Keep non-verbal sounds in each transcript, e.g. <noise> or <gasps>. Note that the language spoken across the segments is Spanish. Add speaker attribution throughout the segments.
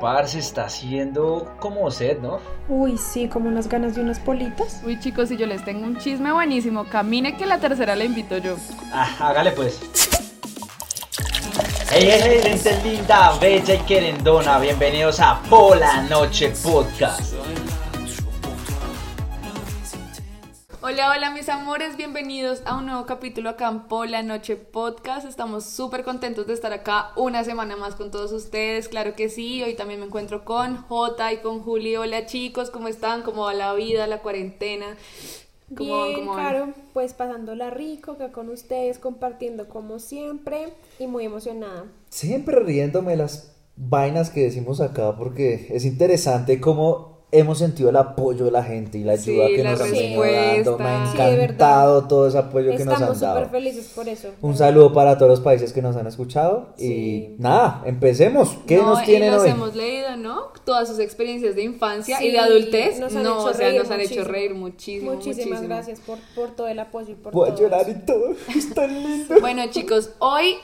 Speaker 1: Parce, está haciendo como sed, ¿no?
Speaker 2: Uy, sí, como unas ganas de unas politas.
Speaker 3: Uy, chicos, si yo les tengo un chisme buenísimo, camine que la tercera la invito yo.
Speaker 1: Ah, hágale pues. Hey, hey, hey, gente linda, bella y querendona, bienvenidos a Pola Noche Podcast.
Speaker 3: Hola, hola mis amores, bienvenidos a un nuevo capítulo acá en Pola Noche Podcast. Estamos súper contentos de estar acá una semana más con todos ustedes, claro que sí. Hoy también me encuentro con Jota y con Juli. Hola chicos, ¿cómo están? ¿Cómo va la vida, la cuarentena? ¿Cómo van,
Speaker 2: Bien,
Speaker 3: cómo van?
Speaker 2: claro, pues pasándola rico acá con ustedes, compartiendo como siempre y muy emocionada.
Speaker 4: Siempre riéndome de las vainas que decimos acá porque es interesante cómo hemos sentido el apoyo de la gente y la
Speaker 3: Sí,
Speaker 4: ayuda que
Speaker 3: la
Speaker 4: nos han venido dando. Me ha
Speaker 3: respuesta.
Speaker 2: Sí, de
Speaker 4: encantado todo ese apoyo que nos
Speaker 2: Estamos súper
Speaker 4: han dado.
Speaker 2: felices por eso.
Speaker 4: Un saludo para todos los países que nos han escuchado
Speaker 2: Sí.
Speaker 4: y nada, empecemos. ¿Qué
Speaker 3: No,
Speaker 4: nos
Speaker 3: y
Speaker 4: tienen
Speaker 3: los
Speaker 4: hoy?
Speaker 3: hemos leído, ¿no? Todas sus experiencias de infancia y
Speaker 2: Sí,
Speaker 3: de adultez.
Speaker 2: nos han
Speaker 3: no,
Speaker 2: hecho
Speaker 3: o sea,
Speaker 2: reír
Speaker 3: nos han hecho
Speaker 2: muchísimo.
Speaker 3: reír muchísimo.
Speaker 2: Muchísimas
Speaker 3: muchísimo.
Speaker 2: gracias por, por todo el apoyo y por
Speaker 4: Voy a
Speaker 2: todo. eso.
Speaker 4: llorar y todo. <laughs> Es tan lindo.
Speaker 3: Bueno, chicos, hoy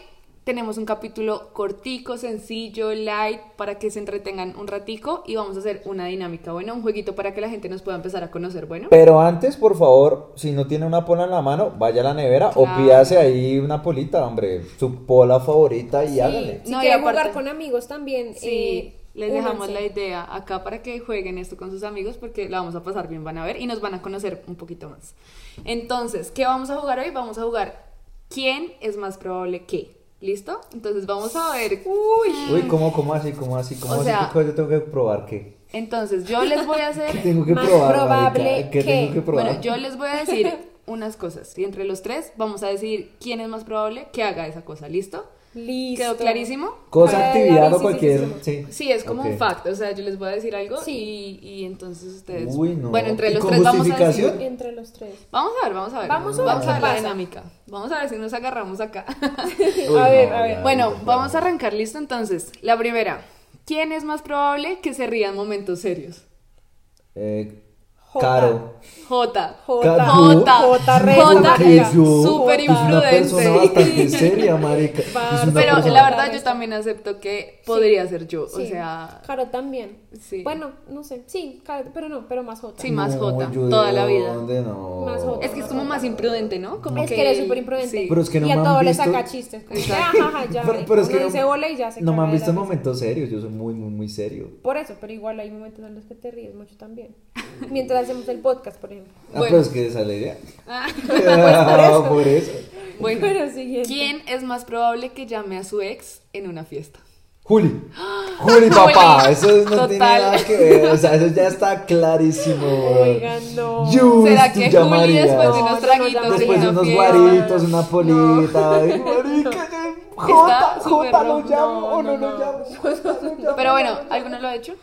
Speaker 3: tenemos un capítulo cortico, sencillo, light, para que se entretengan un ratico y vamos a hacer una dinámica, bueno, un jueguito para que la gente nos pueda empezar a conocer, bueno.
Speaker 4: Pero antes, por favor, si no tiene una pola en la mano, vaya a la nevera
Speaker 3: Claro.
Speaker 4: o pídase ahí una polita, hombre, su pola favorita y hágale.
Speaker 2: Sí, si
Speaker 3: No, y
Speaker 2: quieren
Speaker 3: aparte-
Speaker 2: jugar con amigos también.
Speaker 3: Sí,
Speaker 2: eh,
Speaker 3: les dejamos
Speaker 2: únanse.
Speaker 3: la idea acá para que jueguen esto con sus amigos porque la vamos a pasar bien, van a ver y nos van a conocer un poquito más. Entonces, ¿qué vamos a jugar hoy? Vamos a jugar quién es más probable que. ¿Listo? Entonces vamos a ver. Uy.
Speaker 4: Uy, ¿cómo, cómo así, cómo así, cómo
Speaker 3: O
Speaker 4: así?
Speaker 3: sea-
Speaker 4: ¿Qué cosa yo tengo que probar qué?
Speaker 3: Entonces, yo les voy a
Speaker 4: ¿Qué
Speaker 3: hacer
Speaker 4: tengo que
Speaker 2: Más
Speaker 4: probar,
Speaker 2: probable
Speaker 4: marica? ¿Qué
Speaker 2: que-
Speaker 4: tengo que probar?
Speaker 3: Bueno, yo les voy a decir <laughs> unas cosas y entre los tres vamos a decidir quién es más probable que haga esa cosa, ¿listo?
Speaker 2: Listo.
Speaker 3: ¿Quedó clarísimo?
Speaker 4: Cosa,
Speaker 2: Ay,
Speaker 4: actividad
Speaker 2: sí,
Speaker 4: o
Speaker 2: sí,
Speaker 4: cualquier...
Speaker 2: sí, sí.
Speaker 4: Sí,
Speaker 3: Sí, es como
Speaker 4: Ok.
Speaker 3: un fact, o sea, yo les voy a decir algo
Speaker 2: Sí.
Speaker 3: y, y entonces ustedes...
Speaker 4: Uy, no.
Speaker 3: Bueno, entre
Speaker 4: ¿Y
Speaker 3: los
Speaker 4: con
Speaker 3: tres vamos a
Speaker 4: justificación?
Speaker 3: decir...
Speaker 2: Entre los tres.
Speaker 3: Vamos a ver, vamos a ver.
Speaker 2: Vamos a ver qué
Speaker 3: la
Speaker 2: pasa.
Speaker 3: dinámica. Vamos a ver si nos agarramos acá. <laughs>
Speaker 4: Uy,
Speaker 2: A ver,
Speaker 4: no,
Speaker 2: a ver.
Speaker 4: ya,
Speaker 3: bueno,
Speaker 4: ya,
Speaker 3: vamos a
Speaker 4: ya.
Speaker 3: arrancar, ¿listo? Entonces, la primera. ¿Quién es más probable que se ría en momentos serios?
Speaker 4: Eh,
Speaker 2: Jota.
Speaker 4: Caro. <laughs>
Speaker 3: Jota.
Speaker 2: Jota.
Speaker 3: Jota.
Speaker 2: Jota, re
Speaker 3: Jota.
Speaker 4: Porque
Speaker 2: marica.
Speaker 4: yo
Speaker 3: súper
Speaker 4: es una
Speaker 3: imprudente.
Speaker 4: persona bastante seria, marica. Es una
Speaker 3: Pero
Speaker 4: persona-
Speaker 3: la verdad yo también acepto que podría ser yo,
Speaker 2: Sí,
Speaker 3: o sea,
Speaker 2: Caro también.
Speaker 3: Sí.
Speaker 2: Bueno, no sé. Sí, Caro, pero no, pero más Jota.
Speaker 3: Sí, más
Speaker 4: No,
Speaker 3: Jota,
Speaker 4: yo de
Speaker 3: toda la vida.
Speaker 4: dónde, no.
Speaker 2: Más Jota.
Speaker 3: es que es como más imprudente, ¿no? Como
Speaker 2: Es que eres
Speaker 3: él-
Speaker 2: súper imprudente.
Speaker 3: sí.
Speaker 4: Pero es que no
Speaker 2: y a
Speaker 4: me han
Speaker 2: todos les
Speaker 4: visto-
Speaker 2: saca chistes. como que,
Speaker 3: Exacto.
Speaker 2: "Ajá, ajá, ya.
Speaker 4: Pero, pero es
Speaker 2: Uno
Speaker 4: que no,
Speaker 2: dice hola y ya se
Speaker 4: no me
Speaker 2: caga
Speaker 4: han
Speaker 2: de
Speaker 4: visto en
Speaker 2: la risa.
Speaker 4: momentos serios, yo soy muy, muy, muy serio.
Speaker 2: Por eso, pero igual hay momentos en los que te ríes mucho también. <laughs> Mientras hacemos el podcast, por ejemplo.
Speaker 4: Ah,
Speaker 3: Bueno.
Speaker 4: pero es que esa es la idea.
Speaker 3: Ah,
Speaker 4: <laughs> Ah, por eso.
Speaker 3: bueno,
Speaker 2: Pero <laughs> siguiente.
Speaker 3: ¿quién es más probable que llame a su ex en una fiesta? <gasps>
Speaker 4: Juli. Juli, papá.
Speaker 3: Juli,
Speaker 4: Eso no
Speaker 3: total.
Speaker 4: tiene nada que ver. O sea, eso ya está clarísimo.
Speaker 2: Oigan, no.
Speaker 4: Yus,
Speaker 3: ¿Será
Speaker 4: tú
Speaker 3: que Juli
Speaker 4: llamarías.
Speaker 3: después
Speaker 2: No,
Speaker 3: de
Speaker 2: yo
Speaker 3: unos
Speaker 2: no
Speaker 3: traguitos
Speaker 2: llamaría.
Speaker 4: Después
Speaker 3: en
Speaker 4: de
Speaker 3: una
Speaker 4: unos
Speaker 3: fiesta?
Speaker 4: guaritos, una polita. Ay, marica,
Speaker 3: <laughs>
Speaker 4: ya- Jota,
Speaker 3: súper
Speaker 4: Jota,
Speaker 3: rom-
Speaker 4: lo llamo
Speaker 2: no,
Speaker 4: o
Speaker 2: no,
Speaker 4: no,
Speaker 2: no.
Speaker 4: lo llamo.
Speaker 3: <laughs>
Speaker 4: Jota, lo llamo.
Speaker 3: Pero ah, bueno, ¿alguno lo ha hecho?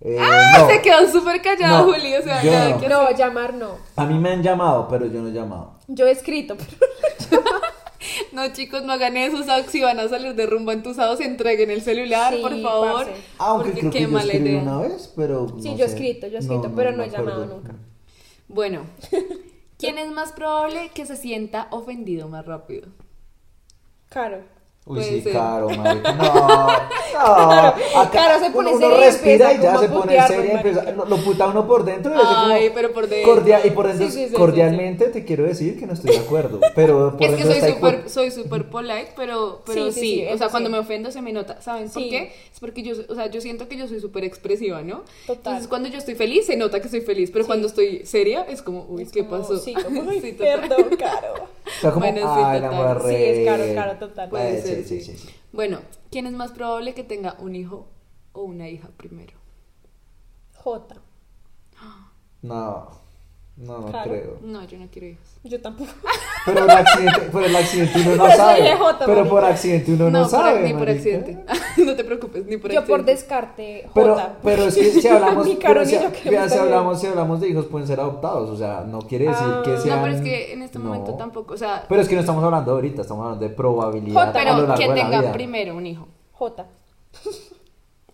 Speaker 4: Eh, no.
Speaker 3: Se quedó súper callado
Speaker 4: No,
Speaker 3: Juli, o sea,
Speaker 4: yo
Speaker 3: nada
Speaker 4: no.
Speaker 3: que-
Speaker 2: No, llamar no.
Speaker 4: A mí me han llamado, pero yo no he llamado.
Speaker 2: Yo he escrito, <laughs> pero
Speaker 3: No, chicos, no hagan eso, o sea, si van a salir de rumbo entusados, entreguen el celular,
Speaker 2: Sí,
Speaker 3: por favor.
Speaker 2: parce.
Speaker 4: Aunque
Speaker 3: porque
Speaker 4: creo
Speaker 3: qué
Speaker 4: que yo
Speaker 3: mala
Speaker 4: escribí
Speaker 3: idea.
Speaker 4: una vez, pero.
Speaker 2: sí,
Speaker 4: no
Speaker 2: yo he
Speaker 4: sé.
Speaker 2: escrito, yo he escrito, pero no he llamado nunca. <laughs>
Speaker 3: Bueno, ¿quién es más probable que se sienta ofendido más rápido?
Speaker 2: Caro.
Speaker 4: Uy,
Speaker 3: Puede
Speaker 4: sí,
Speaker 3: ser. <laughs>
Speaker 4: Caro, marica. No, no. Acá
Speaker 2: Caro se pone
Speaker 4: uno, uno
Speaker 2: seria y
Speaker 4: respira
Speaker 2: empieza
Speaker 4: y ya
Speaker 2: como a
Speaker 4: se pone
Speaker 2: putearlo,
Speaker 4: seria y empieza-
Speaker 2: marica.
Speaker 4: lo, lo puta uno por dentro. y le dice
Speaker 3: Ay,
Speaker 4: como,
Speaker 3: pero por dentro.
Speaker 4: cordia- y por dentro,
Speaker 3: Sí, sí, sí, sí,
Speaker 4: cordialmente te quiero decir que no estoy de acuerdo. Pero por
Speaker 3: <laughs> es que
Speaker 4: dentro
Speaker 3: soy
Speaker 4: está ahí
Speaker 3: súper
Speaker 4: por-
Speaker 3: soy súper polite, pero, pero sí,
Speaker 2: Sí, sí, sí,
Speaker 3: o sea,
Speaker 2: eso
Speaker 3: cuando
Speaker 2: sí.
Speaker 3: me ofendo se me nota, ¿saben por
Speaker 2: Sí.
Speaker 3: qué? Es porque yo, o sea, yo siento que yo soy súper expresiva, ¿no?
Speaker 2: Total.
Speaker 3: Entonces, cuando yo estoy feliz se nota que soy feliz,
Speaker 2: Sí.
Speaker 3: pero cuando estoy seria es como, uy,
Speaker 2: Es
Speaker 3: ¿qué
Speaker 2: como-
Speaker 3: pasó?
Speaker 2: Sí,
Speaker 3: <laughs>
Speaker 2: como, ay,
Speaker 3: Sí, total.
Speaker 2: perdón, Caro.
Speaker 4: Está como,
Speaker 3: Bueno, sí,
Speaker 4: ay, la
Speaker 3: total.
Speaker 4: embarré.
Speaker 2: Sí, es Caro, Caro, total.
Speaker 4: Puede
Speaker 3: Puede
Speaker 4: ser,
Speaker 3: ser,
Speaker 4: sí, sí, sí.
Speaker 3: Bueno, ¿quién es más probable que tenga un hijo o una hija primero?
Speaker 2: Jota.
Speaker 4: No, no, no
Speaker 2: Caro.
Speaker 4: creo.
Speaker 3: No, yo no quiero hijos.
Speaker 2: Yo tampoco.
Speaker 4: Pero por accidente, por el accidente uno no
Speaker 2: Pero soy
Speaker 4: sabe.
Speaker 2: EJ,
Speaker 4: Pero por
Speaker 2: marica.
Speaker 4: accidente uno no,
Speaker 3: por-
Speaker 4: sabe.
Speaker 3: ni por
Speaker 4: marica.
Speaker 3: accidente. <laughs> no te preocupes, ni por
Speaker 2: Yo por
Speaker 3: accidente.
Speaker 2: descarte,
Speaker 4: Pero,
Speaker 2: Jota.
Speaker 4: pero es que
Speaker 2: <laughs>
Speaker 4: si
Speaker 3: <laughs>
Speaker 4: hablamos,
Speaker 2: Ni Caro
Speaker 4: pero
Speaker 2: ni
Speaker 4: si,
Speaker 2: yo queremos
Speaker 4: vea, si
Speaker 2: saber.
Speaker 4: hablamos, si hablamos de hijos pueden ser adoptados, o sea, no quiere decir
Speaker 2: Ah.
Speaker 4: que
Speaker 2: No,
Speaker 4: sean.
Speaker 3: No, pero es que en este momento
Speaker 4: No.
Speaker 3: tampoco, o sea,
Speaker 2: Pues,
Speaker 4: Pero es que no estamos hablando ahorita, estamos hablando de probabilidad
Speaker 2: Jota,
Speaker 4: a lo
Speaker 3: pero
Speaker 4: largo
Speaker 3: que
Speaker 4: de la
Speaker 3: tenga
Speaker 4: vida.
Speaker 3: primero un hijo.
Speaker 2: Jota.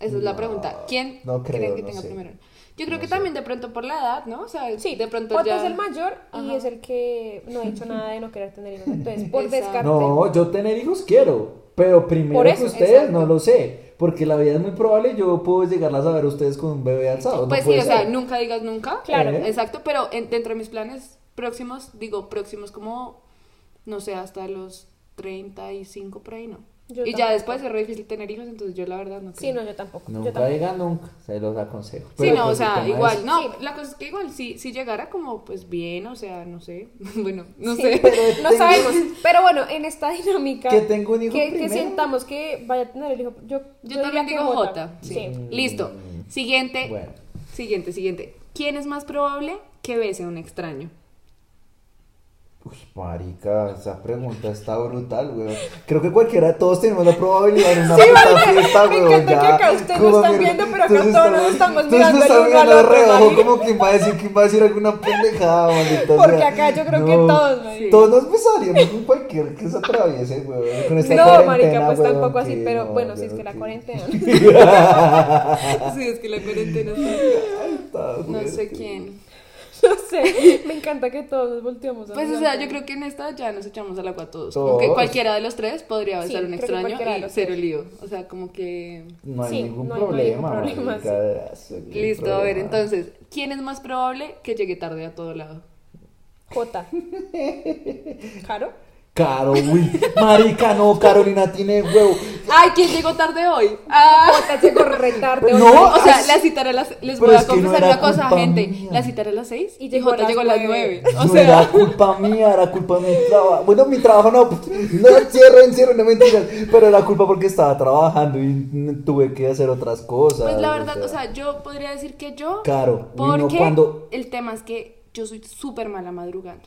Speaker 3: Esa es la pregunta. ¿Quién
Speaker 4: no
Speaker 3: creen
Speaker 4: creo,
Speaker 3: que
Speaker 4: no
Speaker 3: tenga
Speaker 4: sé.
Speaker 3: primero? Yo creo que también de pronto por la edad, ¿no? O sea,
Speaker 2: Sí,
Speaker 3: de pronto
Speaker 2: Jota
Speaker 3: ya...
Speaker 2: es Pues, el mayor y
Speaker 3: Ajá. <laughs>
Speaker 2: es el que no ha dicho nada de no querer tener hijos. Entonces, por
Speaker 3: Exacto.
Speaker 2: descarte.
Speaker 4: No, yo tener hijos quiero, Pero primero
Speaker 2: Por eso,
Speaker 4: que ustedes,
Speaker 2: exacto.
Speaker 4: no lo sé. Porque la vida es muy probable, yo puedo llegarlas a ver a ustedes con un bebé alzado. no
Speaker 3: Pues sí,
Speaker 4: puede
Speaker 3: o sea,
Speaker 4: ser.
Speaker 3: nunca digas nunca.
Speaker 2: Claro.
Speaker 4: Eh.
Speaker 3: Exacto, pero en- dentro de mis planes próximos, digo próximos como, no sé, hasta los 35 por ahí, ¿no?
Speaker 2: Yo
Speaker 3: y ya
Speaker 2: tampoco.
Speaker 3: después es re difícil tener hijos, entonces yo la verdad no
Speaker 2: Sí,
Speaker 3: creo.
Speaker 2: no, yo tampoco. yo
Speaker 4: Nunca
Speaker 2: tampoco.
Speaker 4: digan nunca, se los aconsejo.
Speaker 3: Sí,
Speaker 4: Pero,
Speaker 3: no, o
Speaker 4: pues, el
Speaker 3: sea,
Speaker 4: tema es-
Speaker 3: igual, no,
Speaker 2: Sí.
Speaker 3: la cosa es que igual, si, si llegara como, pues bien, o sea, no sé, <laughs> bueno, no
Speaker 2: Sí,
Speaker 3: sé.
Speaker 4: <laughs>
Speaker 3: <laughs>
Speaker 4: Pero
Speaker 2: no
Speaker 4: tengo-
Speaker 2: sabemos. Pero bueno, en esta dinámica.
Speaker 4: Que tengo un hijo
Speaker 2: Que, que
Speaker 4: primero.
Speaker 2: sintamos que vaya a tener el hijo. Yo,
Speaker 3: Yo,
Speaker 2: diría
Speaker 3: también
Speaker 2: que
Speaker 3: digo J. Sí.
Speaker 4: Mm.
Speaker 2: Sí.
Speaker 3: Listo. Siguiente.
Speaker 4: Bueno.
Speaker 3: Siguiente, siguiente. ¿Quién es más probable que bese a un
Speaker 4: <laughs>
Speaker 3: extraño?
Speaker 4: Uy, marica, esa pregunta está brutal, weón. Creo que cualquiera de todos tenemos la probabilidad en una puta fiesta,
Speaker 2: me
Speaker 4: weón.
Speaker 2: encanta que
Speaker 4: ya.
Speaker 2: acá ustedes
Speaker 4: Como
Speaker 2: lo están
Speaker 4: mierda.
Speaker 2: viendo, pero acá
Speaker 4: Entonces
Speaker 2: todos nos estamos
Speaker 4: entonces
Speaker 2: mirando
Speaker 4: están
Speaker 2: el uno al
Speaker 4: mirando
Speaker 2: otro,
Speaker 4: reojo,
Speaker 2: marica.
Speaker 4: como quien va a decir, quién va a decir alguna pendejada, maldita
Speaker 2: Porque
Speaker 4: sea.
Speaker 2: acá yo creo que todos, marica.
Speaker 4: Todos nos besaríamos con cualquier que se atraviese, weón. Con esta
Speaker 2: No, marica,
Speaker 4: cuarentena,
Speaker 2: pues
Speaker 4: weón,
Speaker 2: tampoco así,
Speaker 4: que
Speaker 2: pero
Speaker 4: no,
Speaker 2: bueno, si es
Speaker 4: weón,
Speaker 2: que la
Speaker 4: que- <laughs>
Speaker 2: cuarentena. <laughs>
Speaker 3: sí, es que la cuarentena está...
Speaker 4: Está
Speaker 3: No
Speaker 4: fuerte.
Speaker 3: sé quién.
Speaker 2: No sé, me encanta que todos nos volteamos a
Speaker 3: Pues, o
Speaker 2: mirar.
Speaker 3: sea, yo creo que en esta ya nos echamos al agua todos.
Speaker 4: Todos.
Speaker 3: Como que cualquiera de los tres podría
Speaker 2: Sí,
Speaker 3: besar a un
Speaker 2: creo que
Speaker 3: extraño
Speaker 2: cualquiera de
Speaker 3: y
Speaker 2: los
Speaker 3: cero lío. O sea, como que...
Speaker 4: No hay
Speaker 2: Sí,
Speaker 4: ningún
Speaker 2: no hay- no hay ningún
Speaker 4: problema,
Speaker 2: problema,
Speaker 4: marica, eso, ningún
Speaker 3: Listo, a ver,
Speaker 4: problema.
Speaker 3: entonces, ¿quién es más probable que llegue tarde a todo lado?
Speaker 4: <laughs>
Speaker 2: Jota. ¿Caro?
Speaker 4: Caro, uy, marica, no, Carolina tiene huevo.
Speaker 3: ¡Ay, quién llegó tarde hoy! ¡Ah!
Speaker 2: Jota llegó re tarde.
Speaker 4: Pues No,
Speaker 2: oye.
Speaker 3: O sea,
Speaker 4: Ay,
Speaker 3: la citaré a las... Les
Speaker 4: pero
Speaker 3: voy a
Speaker 4: es que no
Speaker 3: confesar
Speaker 4: era
Speaker 3: una cosa,
Speaker 4: culpa
Speaker 3: gente.
Speaker 4: mía.
Speaker 3: La citaré a las seis y,
Speaker 2: Y llegó a
Speaker 3: Jota
Speaker 2: las
Speaker 3: llegó a las nueve.
Speaker 2: nueve.
Speaker 3: O
Speaker 4: no
Speaker 3: sea...
Speaker 4: era culpa mía, era culpa de mi trabajo. Bueno, mi trabajo no, pues, no cierren, cierren, no mentiras. Pero era culpa porque estaba trabajando y tuve que hacer otras cosas.
Speaker 3: Pues la verdad, o sea, yo podría decir que yo.
Speaker 4: Claro, uy, no,
Speaker 3: Porque
Speaker 4: cuando-
Speaker 3: el tema es que yo soy súper mala madrugando.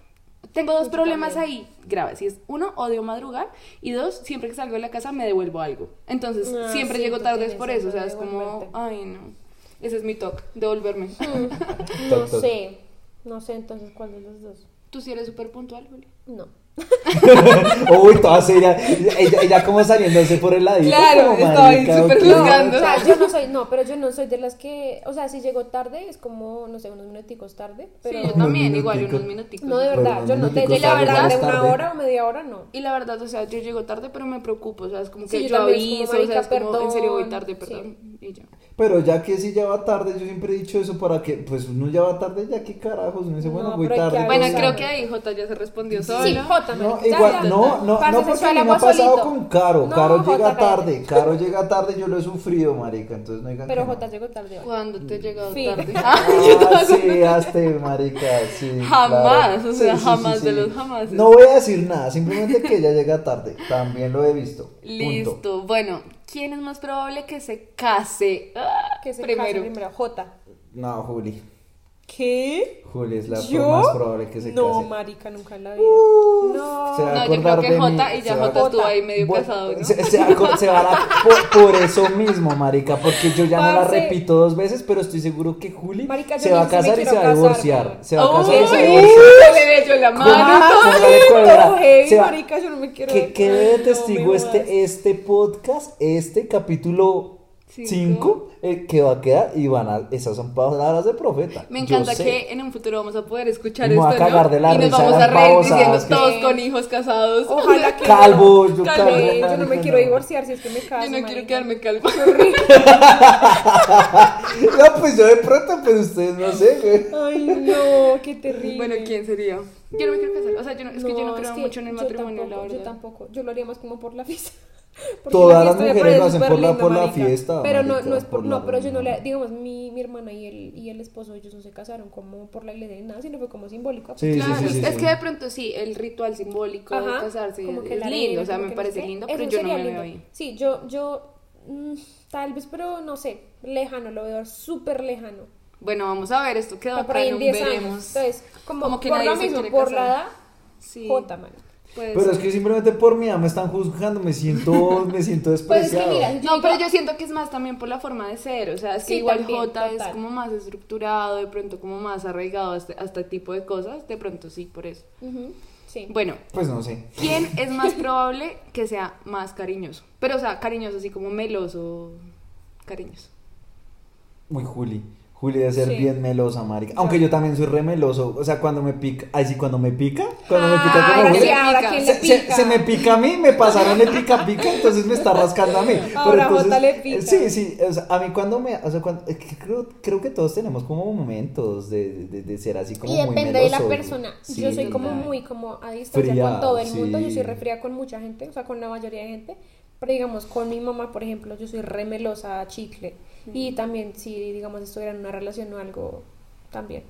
Speaker 3: Tengo dos
Speaker 2: Pues
Speaker 3: problemas ahí graves. Y es, uno, odio madrugar. Y dos, siempre que salgo de la casa me devuelvo algo. Entonces,
Speaker 2: Ah,
Speaker 3: siempre
Speaker 2: sí,
Speaker 3: llego
Speaker 2: tú
Speaker 3: tarde
Speaker 2: tienes
Speaker 3: es por eso. O
Speaker 2: eso
Speaker 3: sea,
Speaker 2: de
Speaker 3: es como,
Speaker 2: devolverte.
Speaker 3: ay, no. Ese es mi toque,
Speaker 2: <laughs>
Speaker 3: devolverme.
Speaker 2: Mm. No sé. No sé entonces cuál de los dos.
Speaker 3: Tú sí eres súper puntual, Juli.
Speaker 2: No.
Speaker 4: <laughs> Uy, toda seria. Ella, ella como saliéndose por el ladito.
Speaker 3: Claro,
Speaker 4: como,
Speaker 3: estaba ahí
Speaker 4: marica,
Speaker 3: súper
Speaker 4: ok.
Speaker 2: No,
Speaker 3: Juzgando.
Speaker 2: o sea, yo no soy, no, pero yo no soy de las que, o sea, si llego tarde es como, no sé, unos minuticos tarde, pero
Speaker 3: sí, yo
Speaker 4: Unos
Speaker 3: también, igual,
Speaker 4: minuticos.
Speaker 3: unos minuticos.
Speaker 2: no de
Speaker 4: Pero
Speaker 2: verdad,
Speaker 4: unos
Speaker 2: yo no te
Speaker 4: minuticos
Speaker 2: llego la
Speaker 3: tarde,
Speaker 2: verdad de
Speaker 4: tarde.
Speaker 2: una hora o media hora, no.
Speaker 3: Y la verdad, o sea, yo llego tarde, pero me preocupo. O sea, es como que
Speaker 2: Sí, yo
Speaker 3: yo,
Speaker 2: también, es como,
Speaker 3: aviso, o sea,
Speaker 2: "Marica,
Speaker 3: es como, en serio voy
Speaker 2: perdón".
Speaker 3: tarde,
Speaker 2: Sí.
Speaker 3: perdón. Y ya.
Speaker 4: Pero ya que si ya va tarde, yo siempre he dicho eso para que, pues uno ya va tarde, ya que carajos. Uno dice,
Speaker 2: No,
Speaker 4: bueno, voy
Speaker 2: pero hay que
Speaker 4: tarde.
Speaker 2: avisar.
Speaker 3: Bueno,
Speaker 4: pues,
Speaker 3: creo que ahí Jota ya se respondió solo.
Speaker 2: Sí, Jota,
Speaker 4: No,
Speaker 2: marica, ya,
Speaker 4: igual,
Speaker 2: ya.
Speaker 4: no, no,
Speaker 2: Parce
Speaker 4: no, porque a
Speaker 2: sexual,
Speaker 4: mí me ha
Speaker 2: agua
Speaker 4: pasado
Speaker 2: solito.
Speaker 4: con Caro.
Speaker 2: No,
Speaker 4: Caro llega
Speaker 2: Jota, cállate.
Speaker 4: tarde, Caro llega tarde, yo lo he sufrido, marica, entonces no digan
Speaker 2: Pero
Speaker 4: que no.
Speaker 2: Jota llegó tarde hoy.
Speaker 3: Cuando te he llegado
Speaker 2: Fin.
Speaker 3: <laughs> tarde.
Speaker 4: <laughs> Ah, sí, hazte, marica, sí.
Speaker 3: Jamás,
Speaker 4: claro.
Speaker 3: o sea, jamás de los jamases.
Speaker 4: No voy a decir nada, simplemente que ella llega tarde, también lo he visto. punto.
Speaker 3: Listo. Bueno, ¿quién es más probable que se case? Ah,
Speaker 2: Que se
Speaker 3: primero.
Speaker 2: case primero, Jota.
Speaker 4: No, Juli,
Speaker 2: ¿Qué?
Speaker 4: Juli es la
Speaker 2: ¿Yo?
Speaker 4: más probable que se
Speaker 2: no,
Speaker 4: case.
Speaker 2: marica, nunca en la vida. no.
Speaker 4: Se va a
Speaker 3: No, yo creo
Speaker 4: acordar
Speaker 3: que
Speaker 4: de mí,
Speaker 3: Jota y ya
Speaker 4: se va a
Speaker 3: Jota estuvo
Speaker 2: Jota.
Speaker 3: ahí medio
Speaker 4: Bueno,
Speaker 3: casado, ¿no?
Speaker 4: Se, se va a co- se va a la- por, por eso mismo, marica, porque yo ya no la
Speaker 2: Parce.
Speaker 4: repito dos veces, pero estoy seguro que Juli
Speaker 2: Marica, yo
Speaker 4: se
Speaker 2: ni
Speaker 4: va
Speaker 2: si
Speaker 4: a
Speaker 2: me
Speaker 4: casar y
Speaker 2: quiero
Speaker 4: se va a
Speaker 2: casar,
Speaker 4: divorciar.
Speaker 2: weón.
Speaker 4: Se va a casar y se va a
Speaker 3: Uy,
Speaker 4: divorciar.
Speaker 3: le beso en la
Speaker 4: Con-
Speaker 3: mano.
Speaker 4: póngale cólera.
Speaker 2: Todo heavy,
Speaker 4: Se va-
Speaker 2: marica, yo no me quiero.
Speaker 4: que quede
Speaker 2: Ay,
Speaker 4: de
Speaker 2: no,
Speaker 4: testigo
Speaker 2: me jodas.
Speaker 4: este, este podcast, este capítulo
Speaker 3: Cinco.
Speaker 4: 5, que va a quedar y van a, esas son palabras de profeta.
Speaker 3: Me
Speaker 4: Yo
Speaker 3: encanta
Speaker 4: sé.
Speaker 3: que en un futuro vamos a poder escuchar
Speaker 4: Me voy a
Speaker 3: esto, ¿no?
Speaker 4: cagar de la
Speaker 3: y nos
Speaker 4: risa,
Speaker 3: vamos a
Speaker 4: las
Speaker 3: reír
Speaker 4: babosas
Speaker 3: diciendo
Speaker 4: que-
Speaker 3: todos con hijos casados.
Speaker 2: Ojalá que.
Speaker 4: Calvo, yo
Speaker 2: Calvo,
Speaker 4: calvo,
Speaker 2: Yo no
Speaker 4: marica,
Speaker 2: me quiero
Speaker 4: no.
Speaker 2: divorciar si es que me caso.
Speaker 3: <laughs> Yo no quiero
Speaker 2: marica.
Speaker 3: quedarme calvo.
Speaker 4: <laughs> No, pues yo de pronto, pero ustedes no sé, güey.
Speaker 2: Ay, no, qué terrible.
Speaker 3: <laughs> Bueno, ¿quién sería? Yo no me quiero casar. O sea, yo no- es que yo no
Speaker 2: es
Speaker 3: creo
Speaker 2: que
Speaker 3: mucho en el
Speaker 2: yo
Speaker 3: matrimonio,
Speaker 2: tampoco,
Speaker 3: la verdad.
Speaker 2: Yo tampoco. Yo lo haría más como por la fiesta. <laughs> Porque
Speaker 4: Todas
Speaker 2: la
Speaker 4: las
Speaker 2: fiesta me parece
Speaker 4: mujeres lo hacen
Speaker 2: súper
Speaker 4: por la-
Speaker 2: linda,
Speaker 4: por la
Speaker 2: marica.
Speaker 4: fiesta,
Speaker 2: Pero no,
Speaker 4: marica,
Speaker 2: no es por,
Speaker 4: por la
Speaker 2: no, pero yo no
Speaker 4: reunión.
Speaker 2: le, digamos, mi, mi hermana y el, y el esposo, ellos no se casaron como por la iglesia ni nada, sino fue como simbólico.
Speaker 4: Sí,
Speaker 3: Claro,
Speaker 4: sí, sí, sí,
Speaker 3: es
Speaker 4: sí.
Speaker 3: que de pronto sí, el ritual simbólico de casarse
Speaker 2: como que
Speaker 3: es
Speaker 2: la arena,
Speaker 3: lindo, o sea,
Speaker 2: como
Speaker 3: me
Speaker 2: que no
Speaker 3: parece
Speaker 2: sé.
Speaker 3: lindo,
Speaker 2: Eso
Speaker 3: pero yo no
Speaker 2: sería
Speaker 3: me veo
Speaker 2: lindo.
Speaker 3: ahí.
Speaker 2: Sí, yo, yo, mm, tal vez, pero no sé, lejano, lo veo súper lejano.
Speaker 3: Bueno, vamos a ver, esto quedó
Speaker 2: Pero por
Speaker 3: acá
Speaker 2: ahí
Speaker 3: en
Speaker 2: en
Speaker 3: un
Speaker 2: 10 años.
Speaker 3: veremos.
Speaker 2: Entonces, como,
Speaker 3: Como que
Speaker 2: por
Speaker 3: nadie
Speaker 2: lo
Speaker 3: se
Speaker 2: mismo,
Speaker 3: quiere
Speaker 2: por la
Speaker 3: casar.
Speaker 2: edad,
Speaker 3: Sí, pues.
Speaker 2: J, marica.
Speaker 3: puede
Speaker 4: Pero
Speaker 3: ser.
Speaker 4: es que simplemente por mi edad me están juzgando, me siento, me siento
Speaker 2: Pues es
Speaker 4: despreciado.
Speaker 2: que mira, yo
Speaker 3: No, pero
Speaker 2: digo-
Speaker 3: yo siento que es más también por la forma de ser, o sea, es que
Speaker 2: Sí,
Speaker 3: igual
Speaker 2: también,
Speaker 3: Jota es
Speaker 2: total.
Speaker 3: como más estructurado, de pronto como más arraigado a este, a este tipo de cosas, de pronto sí, por eso.
Speaker 2: Ujú, sí.
Speaker 3: Bueno,
Speaker 4: Pues no sé.
Speaker 3: ¿quién es
Speaker 2: <laughs>
Speaker 3: más probable que sea más cariñoso? Pero, o sea, cariñoso, así como meloso, cariñoso.
Speaker 4: Muy Juli. Juli debe ser
Speaker 3: Sí.
Speaker 4: bien melosa, marica. Aunque yo también soy re meloso. O sea, cuando me pica. Ay, sí, cuando me pica. Cuando me pica
Speaker 3: Ay,
Speaker 4: como
Speaker 2: Ah, Ahora
Speaker 3: ¿quién
Speaker 2: sí,
Speaker 4: Juli.
Speaker 3: le
Speaker 2: ahora
Speaker 3: pica?
Speaker 2: quién le
Speaker 4: Se, se-
Speaker 2: pica.
Speaker 4: se me pica a mí, me pasaron el pica pica, entonces me está rascando a mí. Pero
Speaker 2: Ahora
Speaker 4: entonces-
Speaker 2: Jota le pica.
Speaker 4: Sí, sí, o sea, a mí cuando me, o sea, cuando, es que creo, creo que todos tenemos como momentos de, de, de ser así como
Speaker 2: Y
Speaker 4: muy
Speaker 2: depende de la
Speaker 4: melosos.
Speaker 2: persona.
Speaker 4: Sí,
Speaker 2: yo soy como
Speaker 4: total.
Speaker 2: muy como a distancia
Speaker 4: Fría,
Speaker 2: con todo el mundo. Yo
Speaker 4: sí.
Speaker 2: soy re fría con mucha gente, o sea, con la mayoría de gente. Pero digamos, con mi mamá, por ejemplo, yo soy re melosa a chicle. Y también, si digamos, estuviera en una relación o algo, también.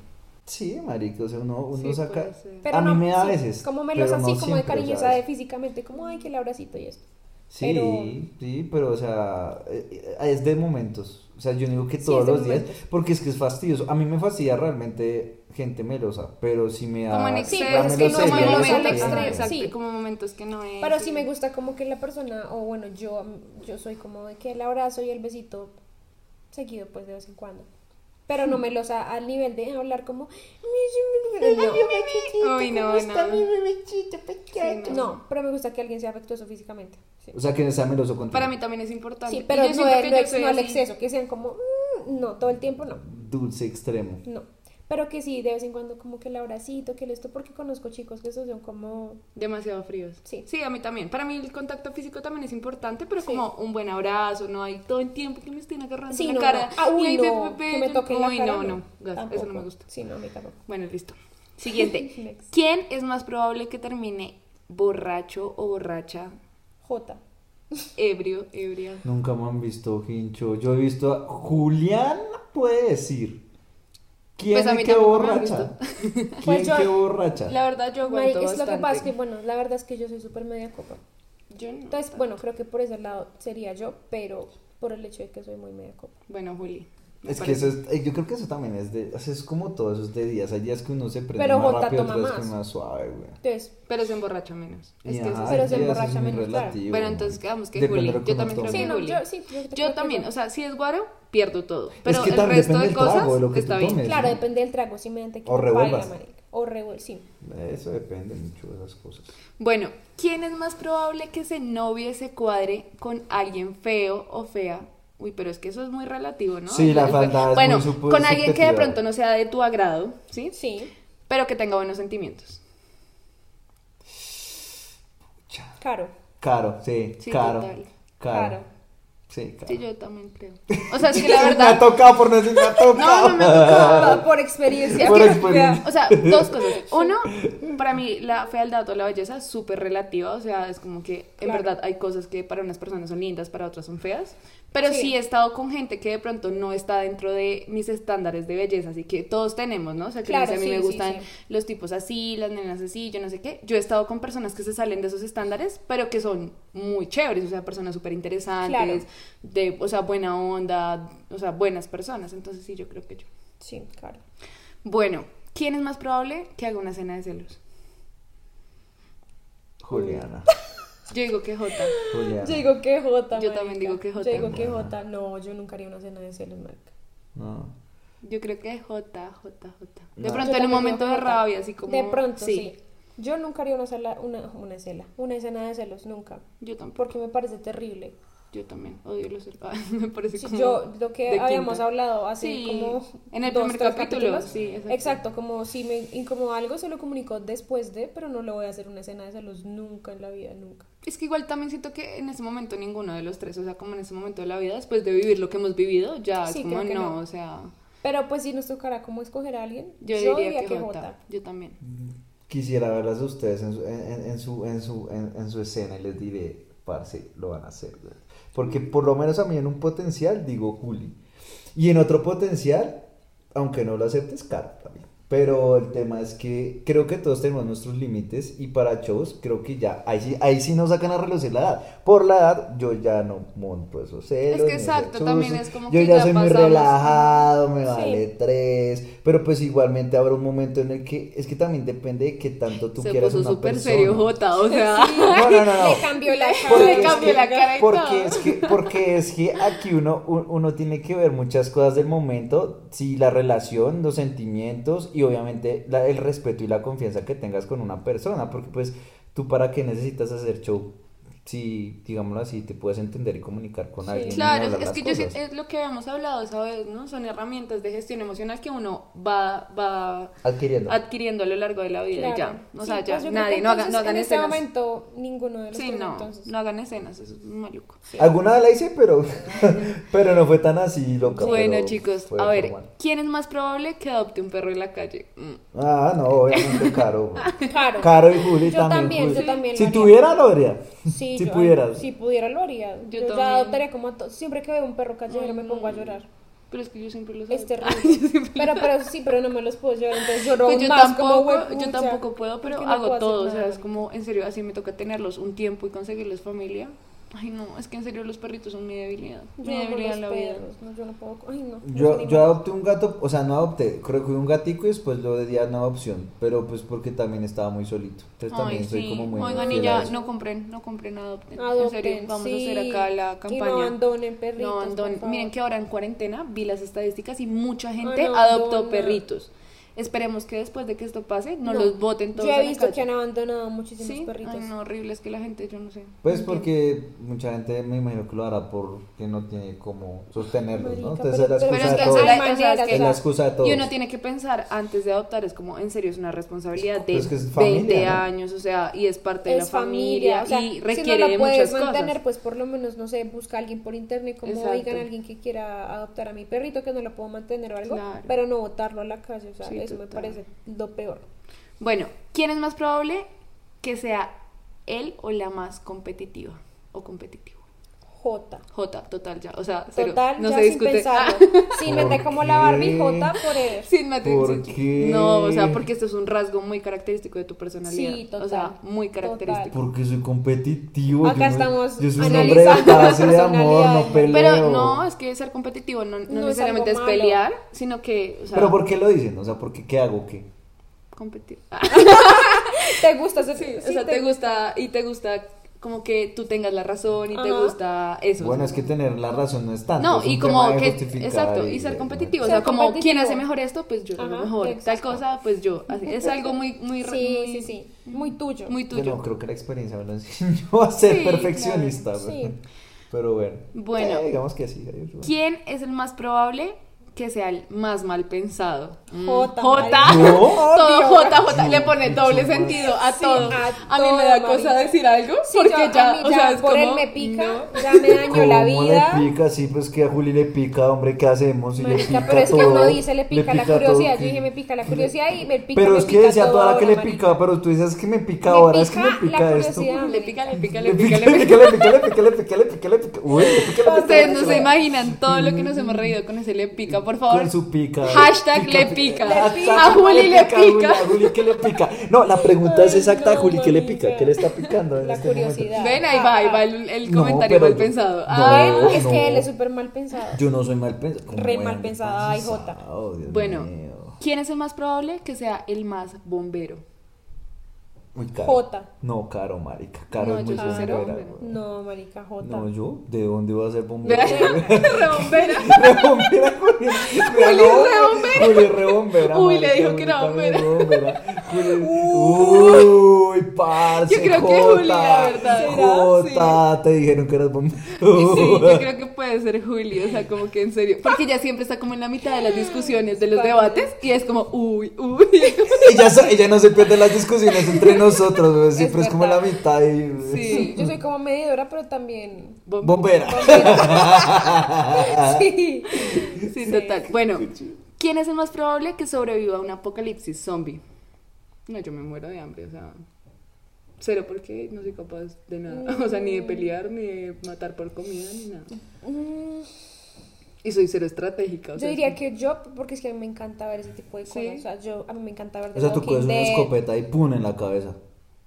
Speaker 4: Sí, marica, o sea, uno, uno
Speaker 3: Sí,
Speaker 4: saca...
Speaker 3: puede ser.
Speaker 2: Pero
Speaker 4: a mí
Speaker 2: no,
Speaker 4: me
Speaker 2: sí,
Speaker 4: da a veces.
Speaker 2: Como
Speaker 4: pero
Speaker 2: melosa,
Speaker 4: no
Speaker 2: así, como de
Speaker 4: siempre,
Speaker 2: cariñosa
Speaker 4: ¿sabes?
Speaker 2: de físicamente, como ay, que el abracito y esto.
Speaker 4: Sí,
Speaker 2: Pero-
Speaker 4: sí, pero o sea, eh, eh, es de momentos. O sea, yo no digo que
Speaker 2: Sí,
Speaker 4: todos
Speaker 2: es de
Speaker 4: los días,
Speaker 2: momentos.
Speaker 4: porque es que es fastidioso. A mí me fastidia realmente gente melosa, pero si me da
Speaker 3: Como en
Speaker 4: la
Speaker 3: exceso,
Speaker 2: pues es que no es
Speaker 4: melosería,
Speaker 2: melosa
Speaker 4: esa
Speaker 2: al
Speaker 4: que-
Speaker 2: extremo,
Speaker 4: Exacto.
Speaker 2: sí.
Speaker 3: como momentos que no es.
Speaker 2: Pero sí me gusta como que la persona, o bueno, yo, yo soy como de que el abrazo y el besito seguido, pues de vez en cuando. Pero no me los a- al nivel de hablar como. No.
Speaker 3: Uy, no, no.
Speaker 2: Sí, no. pero me gusta que alguien sea afectuoso físicamente. Sí,
Speaker 4: O sea, que sea meloso contigo.
Speaker 3: Para mí también es importante.
Speaker 2: Sí, pero
Speaker 3: Y
Speaker 2: no,
Speaker 3: yo siento
Speaker 2: el-
Speaker 3: que
Speaker 2: no
Speaker 3: yo
Speaker 2: ex-
Speaker 3: soy
Speaker 2: no al
Speaker 3: así.
Speaker 2: exceso, que sean como. "Mm", No, todo el tiempo no.
Speaker 4: Dulce extremo.
Speaker 2: No. Pero que sí, de vez en cuando, como que el abracito, que el esto, porque conozco chicos que esos son como.
Speaker 3: Demasiado fríos.
Speaker 2: Sí.
Speaker 3: Sí, a mí también. Para mí el contacto físico también es importante, pero
Speaker 2: Sí.
Speaker 3: como un buen abrazo, no hay todo el tiempo que me estén agarrando
Speaker 2: Sí,
Speaker 3: la
Speaker 2: no,
Speaker 3: cara.
Speaker 2: no. Ah, uy,
Speaker 3: Y ahí,
Speaker 2: no,
Speaker 3: ve, ve, ve,
Speaker 2: que me
Speaker 3: yo-
Speaker 2: toquen la
Speaker 3: uy,
Speaker 2: cara.
Speaker 3: no, no, gas, eso no me
Speaker 2: tampoco.
Speaker 3: gusta.
Speaker 2: Sí, no, a mí tampoco.
Speaker 3: Bueno,
Speaker 2: <laughs>
Speaker 3: listo. Siguiente. ¿Quién es más probable que termine borracho o borracha?
Speaker 2: J.
Speaker 3: Ebrio, ebria.
Speaker 4: Nunca me han visto hincho. Yo he visto a Julián, puede decir. ¿Quién
Speaker 3: Pues a mí
Speaker 4: es que
Speaker 3: tampoco me han
Speaker 4: borracha? ¿Quién
Speaker 2: Pues yo-
Speaker 4: que borracha?
Speaker 3: La verdad yo aguanto
Speaker 2: Marica, es lo que pasa es
Speaker 3: bastante.
Speaker 2: que, bueno, la verdad es que yo soy súper media copa.
Speaker 3: Yo no.
Speaker 2: Entonces, bueno, creo que por ese lado sería yo, pero por el hecho de que soy muy media copa.
Speaker 3: Bueno, Juli. me
Speaker 4: Es que
Speaker 3: parece.
Speaker 4: eso es, eh, yo creo que eso también es de, o sea, es como todo, eso es de días, hay días que uno se prende
Speaker 2: Pero
Speaker 4: más
Speaker 2: Jota
Speaker 4: rápido,
Speaker 2: toma
Speaker 4: otras que
Speaker 2: más.
Speaker 4: más suave, güey.
Speaker 2: Entonces,
Speaker 3: Pero se emborracha menos. Es
Speaker 4: Y
Speaker 3: que eso
Speaker 4: ajá,
Speaker 3: es-
Speaker 2: Pero
Speaker 4: hay
Speaker 2: se
Speaker 4: días, es
Speaker 2: emborracha
Speaker 4: muy
Speaker 2: menos, claro.
Speaker 4: relativo,
Speaker 3: Bueno,
Speaker 4: güey.
Speaker 3: entonces quedamos que
Speaker 4: Depende
Speaker 3: Juli.
Speaker 4: de lo que
Speaker 3: Yo
Speaker 4: uno
Speaker 3: también creo
Speaker 4: tome.
Speaker 2: sí,
Speaker 3: que
Speaker 2: no,
Speaker 3: Juli.
Speaker 2: yo sí. Yo, creo
Speaker 3: Yo
Speaker 2: que
Speaker 3: también,
Speaker 2: yo.
Speaker 3: o sea, si es guaro, pierdo todo. Pero
Speaker 4: que
Speaker 3: el
Speaker 4: también
Speaker 3: resto
Speaker 4: depende
Speaker 3: de
Speaker 4: del
Speaker 3: cosas
Speaker 4: trago, de lo que
Speaker 3: está
Speaker 4: tú
Speaker 3: bien.
Speaker 4: tomes.
Speaker 2: Claro, depende del trago, si me dan tequila,
Speaker 4: O revuelvas.
Speaker 2: baila, marica. O revuel, sí.
Speaker 4: Eso depende mucho de esas cosas.
Speaker 3: Bueno, ¿quién es más probable que se novie se cuadre con alguien feo o fea? Uy, pero es que eso es muy relativo, ¿no?
Speaker 4: Sí, la
Speaker 3: Es-
Speaker 4: fealdad es
Speaker 3: Bueno,
Speaker 4: muy supu-
Speaker 3: con alguien que de
Speaker 4: subjetiva.
Speaker 3: pronto no sea de tu agrado, ¿sí?
Speaker 2: Sí,
Speaker 3: Pero que tenga buenos sentimientos.
Speaker 4: Pucha.
Speaker 2: caro.
Speaker 4: Caro, sí,
Speaker 3: Sí,
Speaker 4: caro,
Speaker 3: total.
Speaker 4: caro.
Speaker 2: Caro.
Speaker 4: Sí, caro.
Speaker 3: Sí, yo también creo. O sea, es que la
Speaker 4: <laughs> Me ha
Speaker 3: verdad...
Speaker 4: tocado por no decir me ha
Speaker 3: <laughs>
Speaker 4: tocado.
Speaker 3: no me ha tocado.
Speaker 2: Por experiencia. <laughs>
Speaker 4: Por experiencia.
Speaker 3: O sea, dos cosas. Uno, para mí la fealdad o la belleza es súper relativa. O sea, es como que en
Speaker 2: Claro.
Speaker 3: verdad hay cosas que para unas personas son lindas, para otras son feas. Pero
Speaker 2: Sí.
Speaker 3: sí. he estado con gente que de pronto no está dentro de mis estándares de belleza. Así que todos tenemos, ¿no? O sea, que
Speaker 2: Claro,
Speaker 3: no sé, a mí
Speaker 2: sí,
Speaker 3: me
Speaker 2: sí,
Speaker 3: gustan
Speaker 2: sí.
Speaker 3: los tipos así, las nenas así, yo no sé qué. Yo he estado con personas que se salen de esos estándares, pero que son muy chéveres. O sea, personas súper interesantes,
Speaker 2: Claro.
Speaker 3: de, o sea, buena onda, o sea, buenas personas. Entonces sí, yo creo que yo.
Speaker 2: Sí, caro.
Speaker 3: Bueno, ¿quién es más probable que haga una cena de celos?
Speaker 4: <laughs> Juliana,
Speaker 3: Yo digo que Jota.
Speaker 4: Juliana.
Speaker 2: Yo digo que J.
Speaker 3: Yo también digo que J.
Speaker 2: Yo digo que J. No, yo nunca haría una cena de celos, marica.
Speaker 4: No.
Speaker 3: Yo creo que Jota, Jota, Jota. De pronto
Speaker 4: No.
Speaker 2: Yo
Speaker 3: en un
Speaker 2: también
Speaker 3: momento
Speaker 2: digo
Speaker 3: de
Speaker 2: que
Speaker 3: rabia,
Speaker 2: Jota.
Speaker 3: así como...
Speaker 2: De pronto, sí. Yo nunca haría una, sala, una, una, cela, una escena de celos, nunca.
Speaker 3: Yo tampoco.
Speaker 2: Porque me parece terrible.
Speaker 3: Yo también odio los celos. <laughs> Ah, Me parece
Speaker 2: Sí,
Speaker 3: como
Speaker 2: yo, lo que
Speaker 3: de
Speaker 2: habíamos
Speaker 3: quinta.
Speaker 2: hablado hace
Speaker 3: Sí,
Speaker 2: como.
Speaker 3: en el
Speaker 2: dos,
Speaker 3: primer
Speaker 2: tres
Speaker 3: capítulo,
Speaker 2: capítulos.
Speaker 3: sí, exacto.
Speaker 2: exacto. como si me incomoda algo, se lo comunico después de, pero no le voy a hacer una escena de celos nunca en la vida, nunca.
Speaker 3: Es que igual también siento que en ese momento ninguno de los tres, o sea, como en ese momento de la vida, después de vivir lo que hemos vivido, ya
Speaker 2: Sí,
Speaker 3: es como
Speaker 2: creo que
Speaker 3: no,
Speaker 2: no.
Speaker 3: o sea...
Speaker 2: Pero pues si nos tocará cómo escoger a alguien,
Speaker 3: Yo, diría, que, Jota. Yo también.
Speaker 4: Quisiera verlas a ustedes en su, en, en- en su, en, su, en, en su escena y les diré, parce, lo van a hacer. güey". Porque por lo menos a mí en un potencial digo Juli. Y en otro potencial, aunque no lo aceptes, Caro también. Pero el tema es que creo que todos tenemos nuestros límites y para shows creo que ya, ahí sí, ahí sí nos sacan a relucir la edad. Por la edad yo ya no monto esos celos.
Speaker 3: que
Speaker 4: ni ese
Speaker 3: exacto,
Speaker 4: chuzo.
Speaker 3: también es como
Speaker 4: Yo
Speaker 3: que
Speaker 4: ya,
Speaker 3: ya
Speaker 4: soy muy
Speaker 3: pasamos-
Speaker 4: relajado, me vale
Speaker 2: Sí.
Speaker 4: tres, pero pues igualmente habrá un momento en el que es que también depende de qué tanto tú
Speaker 3: Se
Speaker 4: quieras
Speaker 3: puso
Speaker 4: una
Speaker 3: súper
Speaker 4: persona.
Speaker 3: serio Jota, o
Speaker 2: <laughs>
Speaker 3: sea... <laughs>
Speaker 4: No, no, no, no.
Speaker 2: Le cambió la
Speaker 4: Porque
Speaker 2: cara.
Speaker 3: Le
Speaker 4: es
Speaker 3: cambió
Speaker 4: que-
Speaker 3: la cara y todo.
Speaker 4: porque es que porque es que aquí uno u- uno tiene que ver muchas cosas del momento, sí, la relación, los sentimientos y obviamente la- el respeto y la confianza que tengas con una persona, porque pues tú para qué necesitas hacer show si, digámoslo así, te puedes entender y comunicar con
Speaker 2: Sí.
Speaker 4: alguien. y
Speaker 3: Claro,
Speaker 4: hablar
Speaker 3: es
Speaker 4: las
Speaker 3: que yo sí-
Speaker 4: cosas.
Speaker 3: es lo que habíamos hablado esa vez, ¿no? Son herramientas de gestión emocional que uno va, va
Speaker 4: Adquiriendo.
Speaker 3: adquiriendo a lo largo de la vida.
Speaker 2: Claro.
Speaker 3: Ya, o
Speaker 2: Sí,
Speaker 3: sea, ya,
Speaker 2: pues yo creo
Speaker 3: nadie,
Speaker 2: que
Speaker 3: no hagan,
Speaker 2: entonces
Speaker 3: no hagan
Speaker 2: en este
Speaker 3: escenas.
Speaker 2: momento ninguno de los
Speaker 3: Sí,
Speaker 2: tres,
Speaker 3: no,
Speaker 2: entonces.
Speaker 3: no hagan escenas, eso es maluco.
Speaker 4: Alguna la hice, pero, <laughs> pero no fue tan así, loca.
Speaker 3: Bueno,
Speaker 4: pero
Speaker 3: chicos,
Speaker 4: fue
Speaker 3: a ver,
Speaker 4: formal.
Speaker 3: ¿quién es más probable que adopte un perro en la calle? Mm.
Speaker 4: Ah, no, obviamente Caro. güey.
Speaker 2: Claro.
Speaker 4: Caro y Juli
Speaker 2: Yo
Speaker 4: también.
Speaker 2: también,
Speaker 4: Juli.
Speaker 2: yo también
Speaker 4: Si
Speaker 2: lo haría.
Speaker 4: tuviera, lo haría.
Speaker 2: Sí,
Speaker 4: si
Speaker 2: yo-
Speaker 4: pudieras.
Speaker 2: Si pudiera lo haría.
Speaker 3: Yo
Speaker 2: Yo,
Speaker 3: también.
Speaker 2: ya adoptaría como a to- siempre que veo un perro callejero me pongo a llorar.
Speaker 3: Pero es que yo siempre los
Speaker 2: Es
Speaker 3: <laughs> adopto.
Speaker 2: terrible.
Speaker 3: Yo siempre
Speaker 2: pero, pero sí, pero no me los puedo llevar, entonces lloro
Speaker 3: Pues
Speaker 2: aún
Speaker 3: yo
Speaker 2: más como
Speaker 3: tampoco,
Speaker 2: huepucha,
Speaker 3: yo tampoco puedo, pero
Speaker 2: porque no
Speaker 3: hago
Speaker 2: puedo hacer
Speaker 3: todo, o sea,
Speaker 2: nada.
Speaker 3: es como, en serio, así me toca tenerlos un tiempo y conseguirles familia. Ay, no, es que en serio los perritos son mi debilidad,
Speaker 2: Yo
Speaker 3: mi
Speaker 2: amo
Speaker 3: debilidad
Speaker 2: los
Speaker 3: en la vida.
Speaker 2: perros, no, yo no puedo. Ay, no. los
Speaker 4: Yo, yo
Speaker 2: animales.
Speaker 4: adopté un gato, o sea, no adopté, creo que un gatico y después lo di a una adopción, pero pues porque también estaba muy solito. Entonces
Speaker 3: Ay,
Speaker 4: también soy
Speaker 3: sí.
Speaker 4: como muy
Speaker 3: Oigan, y
Speaker 4: fiel a
Speaker 3: ya,
Speaker 4: eso.
Speaker 3: no compren, no compren, adopten. en
Speaker 2: Adopten,
Speaker 3: serio, vamos
Speaker 2: sí.
Speaker 3: a hacer acá la
Speaker 2: Y no
Speaker 3: campaña.
Speaker 2: abandonen perritos.
Speaker 3: No, Andón,
Speaker 2: por favor.
Speaker 3: miren que ahora en cuarentena vi las estadísticas y mucha gente
Speaker 2: Ah, no,
Speaker 3: adoptó
Speaker 2: abandona.
Speaker 3: perritos. Esperemos que después de que esto pase, no,
Speaker 2: No.
Speaker 3: los voten todos.
Speaker 2: Yo
Speaker 3: a
Speaker 2: he
Speaker 3: la
Speaker 2: visto
Speaker 3: calle.
Speaker 2: que han abandonado muchísimos
Speaker 3: Sí,
Speaker 2: perritos.
Speaker 3: Ay, no, horrible, es que la gente, yo no sé.
Speaker 4: Pues porque mucha gente me imagino que lo hará porque no tiene como sostenerlos, ¿no?
Speaker 2: Marica,
Speaker 4: Entonces
Speaker 2: pero-
Speaker 4: es la
Speaker 2: pero
Speaker 4: excusa
Speaker 3: es que
Speaker 4: de
Speaker 3: hay
Speaker 4: todos. Es
Speaker 3: maneras, o sea,
Speaker 4: la excusa de todos.
Speaker 3: Y uno tiene que pensar antes de adoptar, es como, en serio, es una responsabilidad de
Speaker 4: Pero pues, es que es
Speaker 3: 20
Speaker 4: familia, ¿no?
Speaker 3: años, o sea, y es parte de la
Speaker 2: es
Speaker 3: familia,
Speaker 2: familia, o sea,
Speaker 3: y
Speaker 2: si
Speaker 3: requiere
Speaker 2: no
Speaker 3: de
Speaker 2: lo
Speaker 3: muchas
Speaker 2: puedes
Speaker 3: cosas.
Speaker 2: mantener, pues por lo menos, no sé, busca a alguien por internet, como
Speaker 3: Exacto.
Speaker 2: oigan, alguien que quiera adoptar a mi perrito, que no lo puedo mantener o algo,
Speaker 3: Claro.
Speaker 2: pero no botarlo a la calle, o sea,
Speaker 3: Sí,
Speaker 2: eso me
Speaker 3: total.
Speaker 2: parece lo peor.
Speaker 3: Bueno, ¿quién es más probable que sea él o la más competitiva o competitivo?
Speaker 2: Jota.
Speaker 3: J, total, ya, o sea, cero,
Speaker 2: Total,
Speaker 3: no
Speaker 2: ya
Speaker 3: se
Speaker 2: sin
Speaker 3: discute.
Speaker 2: pensarlo. <laughs> Sí,
Speaker 4: ¿Por
Speaker 2: mete como
Speaker 4: qué?
Speaker 2: la Barbie Jota forever.
Speaker 3: <laughs> Sin mate-
Speaker 4: ¿Por
Speaker 3: sí.
Speaker 4: qué?
Speaker 3: No, o sea, porque esto es un rasgo muy característico de tu personalidad.
Speaker 2: Sí, total.
Speaker 3: O sea, muy característico.
Speaker 4: Porque soy competitivo.
Speaker 2: Acá
Speaker 4: yo no-
Speaker 2: estamos
Speaker 4: Yo soy un hombre de
Speaker 2: analizando
Speaker 4: paz y de amor,
Speaker 2: personalidades.
Speaker 4: no peleo.
Speaker 3: Pero no, es que ser competitivo no, no
Speaker 2: No es
Speaker 3: necesariamente es,
Speaker 2: algo malo.
Speaker 3: pelear, sino que, o sea,
Speaker 4: Pero ¿por qué lo dicen? O sea, ¿por qué qué hago? ¿Qué?
Speaker 3: competir.
Speaker 2: Ah,
Speaker 3: <laughs>
Speaker 2: ¿Te gusta ese
Speaker 3: o sea, te gusta y te gusta como que tú tengas la razón y te
Speaker 2: Ajá.
Speaker 3: gusta eso.
Speaker 4: Bueno,
Speaker 3: o
Speaker 4: es
Speaker 3: sea.
Speaker 4: que tener la razón no es tanto.
Speaker 3: No,
Speaker 4: es un
Speaker 3: y
Speaker 4: tema
Speaker 3: como
Speaker 4: de
Speaker 3: que,
Speaker 4: justificar
Speaker 3: exacto, y ser
Speaker 4: de-
Speaker 3: competitivo, o
Speaker 2: Ser
Speaker 3: sea, como quién
Speaker 2: competitivo.
Speaker 3: hace mejor esto, pues yo lo hago
Speaker 2: Ajá,
Speaker 3: mejor, tal
Speaker 2: exacto.
Speaker 3: cosa, pues yo, así,
Speaker 2: <laughs>
Speaker 3: es algo muy, muy,
Speaker 2: Sí,
Speaker 3: muy-
Speaker 2: sí, sí, muy tuyo.
Speaker 3: muy
Speaker 4: Yo
Speaker 3: tuyo.
Speaker 4: no creo que la experiencia me lo <laughs> enseñó a ser
Speaker 3: Sí,
Speaker 4: perfeccionista.
Speaker 2: claro,
Speaker 4: güey.
Speaker 2: sí.
Speaker 4: Pero bueno.
Speaker 3: Bueno.
Speaker 4: Eh, digamos que sí. ahí es
Speaker 3: ¿Quién es el más probable que sea el más mal pensado? Mm,
Speaker 2: Jota,
Speaker 3: Jota. <laughs>
Speaker 2: marica.
Speaker 4: Yo,
Speaker 3: Todo
Speaker 2: obvio.
Speaker 3: Jota, Jota, le pone doble
Speaker 4: Sí,
Speaker 3: sentido a
Speaker 2: sí,
Speaker 3: todo.
Speaker 2: a
Speaker 3: A mí me da
Speaker 2: todo,
Speaker 3: cosa
Speaker 2: marica.
Speaker 3: decir algo
Speaker 2: Sí,
Speaker 3: porque
Speaker 2: yo- a
Speaker 3: ya,
Speaker 2: mí
Speaker 3: o sea, es
Speaker 2: por
Speaker 3: como,
Speaker 2: él me pica,
Speaker 3: no.
Speaker 2: ya me daño la
Speaker 4: ¿Cómo
Speaker 2: vida.
Speaker 4: le pica? Sí, pues que a Juli le pica, hombre, ¿qué hacemos? Y le
Speaker 2: Marica,
Speaker 4: pica
Speaker 2: pero es que
Speaker 4: todo,
Speaker 2: uno dice le pica, la
Speaker 4: todo,
Speaker 2: curiosidad.
Speaker 4: que-
Speaker 2: Yo dije me pica la curiosidad y me pica.
Speaker 4: Pero
Speaker 2: me
Speaker 4: es que
Speaker 2: pica
Speaker 4: decía
Speaker 2: todo
Speaker 4: toda la que le
Speaker 2: ahora,
Speaker 4: pica, pero tú dices que me pica
Speaker 2: Me
Speaker 4: ahora, es que
Speaker 2: pica
Speaker 4: me pica
Speaker 2: la
Speaker 4: esto.
Speaker 2: curiosidad.
Speaker 3: Le pica, le pica, le
Speaker 4: Le
Speaker 3: pica,
Speaker 4: pica,
Speaker 3: le pica.
Speaker 4: le pica, le pica, le pica, le pica, le pica, le pica. Uy, le pica, le pica,
Speaker 3: Ustedes
Speaker 4: le
Speaker 3: no
Speaker 4: pica.
Speaker 3: se imaginan todo lo que nos hemos reído con ese le pica, por favor.
Speaker 4: Con su pica.
Speaker 3: Hashtag le pica.
Speaker 4: Hashtag
Speaker 3: A Juli le
Speaker 4: a Juli,
Speaker 3: pica.
Speaker 4: A Juli, ¿qué le pica? No, la pregunta es
Speaker 2: Ay,
Speaker 4: exacta.
Speaker 2: no,
Speaker 4: Juli, ¿qué le pica?
Speaker 2: marica.
Speaker 4: ¿Qué le está picando? en
Speaker 2: La
Speaker 4: este momento?
Speaker 2: curiosidad.
Speaker 3: Ven, ahí va, ahí va el, el
Speaker 4: No,
Speaker 3: comentario
Speaker 4: pero
Speaker 3: mal
Speaker 4: yo-
Speaker 3: pensado.
Speaker 4: no.
Speaker 3: Ah,
Speaker 2: marica. Él- Es
Speaker 4: No.
Speaker 2: que él es súper mal pensado.
Speaker 4: Yo no soy mal pensado. ¿Cómo
Speaker 2: Re
Speaker 4: voy a
Speaker 2: mal
Speaker 4: ser
Speaker 2: pensada, ay, Jota.
Speaker 4: pensado? Dios
Speaker 3: Bueno,
Speaker 4: mío.
Speaker 3: ¿quién es el más probable que sea el más
Speaker 4: <laughs>
Speaker 3: bombero?
Speaker 4: Muy caro.
Speaker 2: Jota.
Speaker 4: No, caro, marica. Caro
Speaker 3: No,
Speaker 4: es
Speaker 3: yo
Speaker 4: muy
Speaker 3: soy cero
Speaker 4: bombera,
Speaker 3: bombero.
Speaker 4: güey.
Speaker 2: No, marica, Jota. <laughs>
Speaker 4: No, yo, ¿de dónde voy a
Speaker 3: <laughs>
Speaker 4: ser bombero?
Speaker 3: bombero.
Speaker 4: Rebombera, Juli. Juli
Speaker 3: rebombera.
Speaker 4: Juli rebombera.
Speaker 3: Uy, le
Speaker 4: marica,
Speaker 3: dijo que
Speaker 4: Juli
Speaker 3: era
Speaker 4: también
Speaker 3: bombera.
Speaker 4: rebombera. Juli- Uy, parce.
Speaker 3: Yo creo que Juli, la
Speaker 4: Jota.
Speaker 3: verdad, era,
Speaker 4: Jota, te dijeron que eras bombero.
Speaker 3: Sí,
Speaker 4: <laughs>
Speaker 3: yo creo que puede ser Julio, o sea, como que en serio. Porque ya siempre está como en la mitad de las discusiones, de los debates, y es como, uy, uy. <laughs>
Speaker 4: ella, so- ella no se pierde las discusiones entre nosotros, güey, siempre es, como la
Speaker 2: verdad.
Speaker 4: mitad y...
Speaker 3: Sí.
Speaker 2: Yo soy como medidora, pero
Speaker 4: <laughs>
Speaker 2: también.
Speaker 3: Bom-
Speaker 4: Bombera.
Speaker 2: sí.
Speaker 3: Sí, total. Bueno, ¿quién es el más probable que sobreviva a un apocalipsis zombie? No, yo me muero de hambre, o sea. Cero, porque no soy capaz de nada. <laughs> O sea, ni de pelear, ni de matar por comida, ni nada.
Speaker 2: Mm,
Speaker 3: Y soy cero estratégica. O
Speaker 2: Yo
Speaker 3: sea,
Speaker 2: diría que yo, porque es que a mí me encanta ver ese tipo de cosas.
Speaker 3: Sí.
Speaker 2: O sea, yo, a mí me encanta ver The
Speaker 4: O sea, tú
Speaker 2: Walking
Speaker 4: coges una
Speaker 2: Dead.
Speaker 4: escopeta y pum en la cabeza.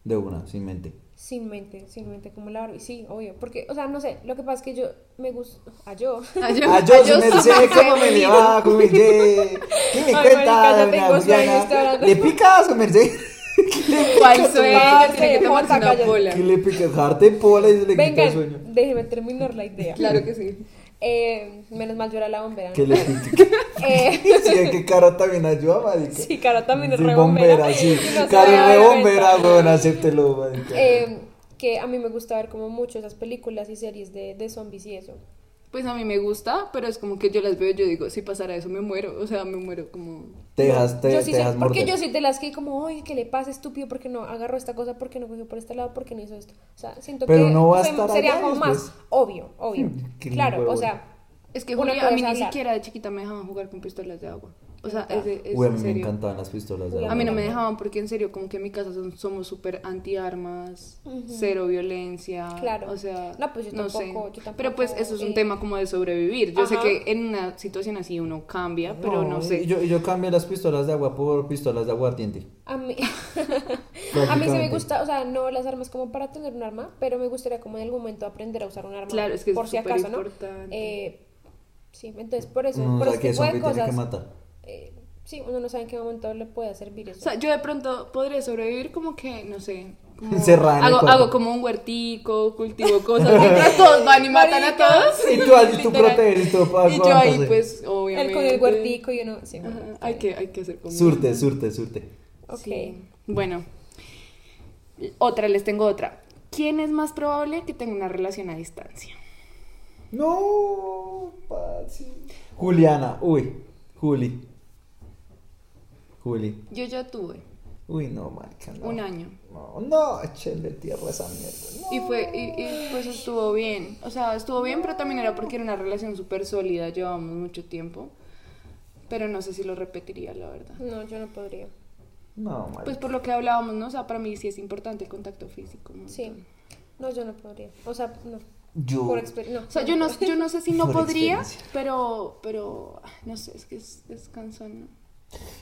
Speaker 4: De una, sin mente.
Speaker 2: Sin mente, sin mente, como la Barbie. Sí, obvio. Porque, o sea, no sé, lo que pasa es que yo me gusta. A yo. <laughs>
Speaker 3: Ah, yo,
Speaker 4: Ah, yo
Speaker 3: ah,
Speaker 4: sí me
Speaker 3: sí
Speaker 4: sé
Speaker 3: me
Speaker 4: cómo
Speaker 3: sé
Speaker 4: me le
Speaker 3: <laughs> venir.
Speaker 4: va, cómo me ¿Qué me
Speaker 2: Ay,
Speaker 4: cuenta,
Speaker 2: marica, yo
Speaker 4: doña
Speaker 2: tengo sueño, estoy
Speaker 4: Juliana?
Speaker 2: hablando
Speaker 4: ¿Le
Speaker 2: con-
Speaker 4: pica su merced? <laughs>
Speaker 3: Guay, sueño,
Speaker 2: madre,
Speaker 3: tiene que tomarse
Speaker 2: Jota,
Speaker 3: una
Speaker 2: cállate.
Speaker 3: pola.
Speaker 4: ¿Qué le pica? Jarte pola y se le quita el sueño.
Speaker 2: Vengan, déjeme terminar la idea.
Speaker 3: Claro que sí.
Speaker 2: <laughs> Eh, menos mal yo era la bombera. ¿no?
Speaker 4: ¿Qué le pica?
Speaker 2: Eh, <laughs>
Speaker 4: <laughs> Sí, es que Caro también ayuda, marica.
Speaker 2: sí, Caro también es
Speaker 4: Sí,
Speaker 2: re
Speaker 4: bombera,
Speaker 2: bombera.
Speaker 4: sí.
Speaker 2: Y no se
Speaker 4: Caro
Speaker 2: me
Speaker 4: es
Speaker 2: va a
Speaker 4: re
Speaker 2: dar
Speaker 4: bombera,
Speaker 2: cuenta.
Speaker 4: weón, acéptelo, marica.
Speaker 2: Eh, que a mí me gusta ver como mucho esas películas y series de, de zombies y eso.
Speaker 3: Pues a mí me gusta, pero es como que yo las veo y yo digo, si pasara eso me muero, o sea, me muero como...
Speaker 4: Te dejas, te,
Speaker 2: yo sí
Speaker 4: te
Speaker 2: soy-
Speaker 4: dejas
Speaker 2: porque
Speaker 4: morder.
Speaker 2: yo sí de las que como, oye, ¿qué le pasa, estúpido? ¿Por qué no agarró esta cosa? ¿Por qué no cogió por este lado? ¿Por qué no hizo esto? O sea, siento
Speaker 4: Pero
Speaker 2: que
Speaker 4: no va a
Speaker 2: se-
Speaker 4: estar
Speaker 2: sería
Speaker 4: allá
Speaker 2: como más
Speaker 4: después.
Speaker 2: obvio, obvio.
Speaker 4: <laughs> Qué
Speaker 2: claro,
Speaker 4: huevón.
Speaker 2: o sea,
Speaker 3: Es que
Speaker 2: Una
Speaker 3: Julia, a mí
Speaker 2: cosa es
Speaker 3: ni
Speaker 2: azar.
Speaker 3: siquiera de chiquita me dejaban jugar con pistolas de agua. O sea, es, de- es
Speaker 4: Uy, a
Speaker 3: en
Speaker 4: mí me
Speaker 3: serio.
Speaker 4: encantaban las pistolas de
Speaker 2: Uy,
Speaker 4: agua.
Speaker 3: A mí no me dejaban porque en serio, como que en mi casa son- somos súper anti-armas, cero violencia,
Speaker 2: Claro.
Speaker 3: o sea,
Speaker 2: No, pues yo
Speaker 3: sé.
Speaker 2: tampoco- yo tampoco,
Speaker 3: Pero pues eso es un
Speaker 2: eh,
Speaker 3: tema como de sobrevivir. Yo sé
Speaker 2: ajá.
Speaker 3: que en una situación así uno cambia, pero no sé.
Speaker 4: y Yo, y yo cambié las pistolas de agua por pistolas de aguardiente.
Speaker 2: a mí, <laughs> a mí sí me gusta, o sea, no las armas como para tener un arma, pero me gustaría como en algún momento aprender a usar un arma.
Speaker 3: Claro, es que es
Speaker 2: por si
Speaker 3: súper
Speaker 2: acaso, ¿no?
Speaker 3: importante.
Speaker 2: Eh, sí, entonces por eso,
Speaker 4: No, o
Speaker 2: por
Speaker 4: sea,
Speaker 2: ese
Speaker 4: que
Speaker 2: tipo de
Speaker 4: zombie tiene que
Speaker 2: cosas.
Speaker 4: matar.
Speaker 2: eh, sí, uno no sabe en qué momento le puede servir
Speaker 3: O
Speaker 2: eso.
Speaker 3: sea, yo de pronto podré sobrevivir como que, no sé. como-
Speaker 4: Encerrada en el
Speaker 3: hago,
Speaker 4: cuarto.
Speaker 3: hago como un huertico, cultivo cosas, mientras todos van y matan a
Speaker 2: Marica.
Speaker 3: todos.
Speaker 4: <laughs> Y tú, y
Speaker 3: <laughs>
Speaker 4: tú
Speaker 3: Literal.
Speaker 4: proteger y tú
Speaker 3: Y yo ahí,
Speaker 4: aguantas,
Speaker 3: pues,
Speaker 2: El
Speaker 3: obviamente.
Speaker 2: con el huertico y uno, sí, bueno,
Speaker 3: Ajá, Hay que, hay que hacer comida.
Speaker 4: Surte, surte, surte.
Speaker 2: Ok.
Speaker 3: Sí. Bueno, otra, les tengo otra. ¿Quién es más probable que tenga una relación a distancia?
Speaker 4: No, Patsy. Juliana, uy, Juli. Juli.
Speaker 3: Yo ya tuve
Speaker 4: Uy, no, marca, no.
Speaker 3: un año.
Speaker 4: No, no, echenle tierra a esa mierda.
Speaker 3: Y fue, y, y, pues estuvo bien. O sea, estuvo bien, pero también era porque era una relación súper sólida. Llevábamos mucho tiempo. Pero no sé si lo repetiría, la verdad.
Speaker 2: No, yo no podría.
Speaker 4: No, no marica.
Speaker 3: Pues por lo que hablábamos, ¿no? O sea, para mí sí es importante el contacto físico. un
Speaker 2: Sí.
Speaker 3: montón.
Speaker 2: No, yo no podría. O sea, no.
Speaker 4: yo.
Speaker 2: Por exper- no.
Speaker 3: O sea, yo no,
Speaker 2: <laughs>
Speaker 3: yo no sé si no
Speaker 4: Por
Speaker 3: podría,
Speaker 4: experiencia.
Speaker 3: pero, pero, ah, no sé, es que es, es cansón, ¿no?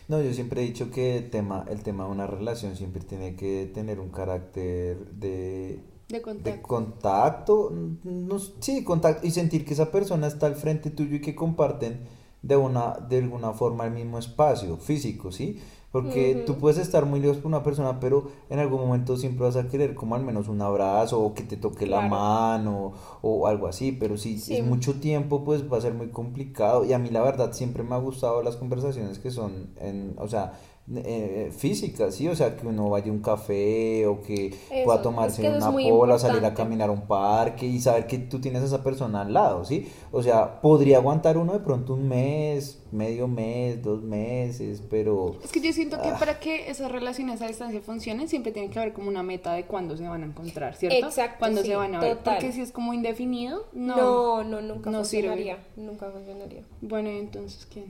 Speaker 4: No, yo siempre he dicho que el tema, el tema de una relación siempre tiene que tener un carácter de,
Speaker 3: De
Speaker 4: de
Speaker 3: contacto.
Speaker 4: contacto, mm, no, s- sí, contacto, y sentir que esa persona está al frente tuyo y que comparten de una, de alguna forma el mismo espacio físico, ¿sí? Porque tú puedes estar muy lejos por una persona, pero en algún momento siempre vas a querer como al menos un abrazo o que te toque la
Speaker 2: Claro.
Speaker 4: mano o algo así, pero si
Speaker 2: Sí.
Speaker 4: es mucho tiempo, pues va a ser muy complicado. Y a mí la verdad siempre me ha gustado las conversaciones que son, en, o sea, eh, físicas, ¿sí? O sea, que uno vaya a un café o que pueda
Speaker 2: Eso,
Speaker 4: tomarse
Speaker 2: es que eso es
Speaker 4: una
Speaker 2: muy
Speaker 4: pola, salir a
Speaker 2: importante.
Speaker 4: caminar a un parque y saber que tú tienes a esa persona al lado, ¿sí? O sea, podría aguantar uno de pronto un mes, medio mes, dos meses, pero...
Speaker 3: Es que yo siento
Speaker 4: Ah.
Speaker 3: que para que esas relaciones a distancia funcionen, siempre tiene que haber como una meta de cuándo se van a encontrar, ¿cierto?
Speaker 2: Exacto,
Speaker 3: Cuándo
Speaker 2: sí,
Speaker 3: se van a ver.
Speaker 2: total.
Speaker 3: Porque si es como indefinido, no.
Speaker 2: No, no, nunca
Speaker 3: No sirve.
Speaker 2: funcionaría. Nunca funcionaría.
Speaker 3: Bueno, ¿y entonces, ¿quién?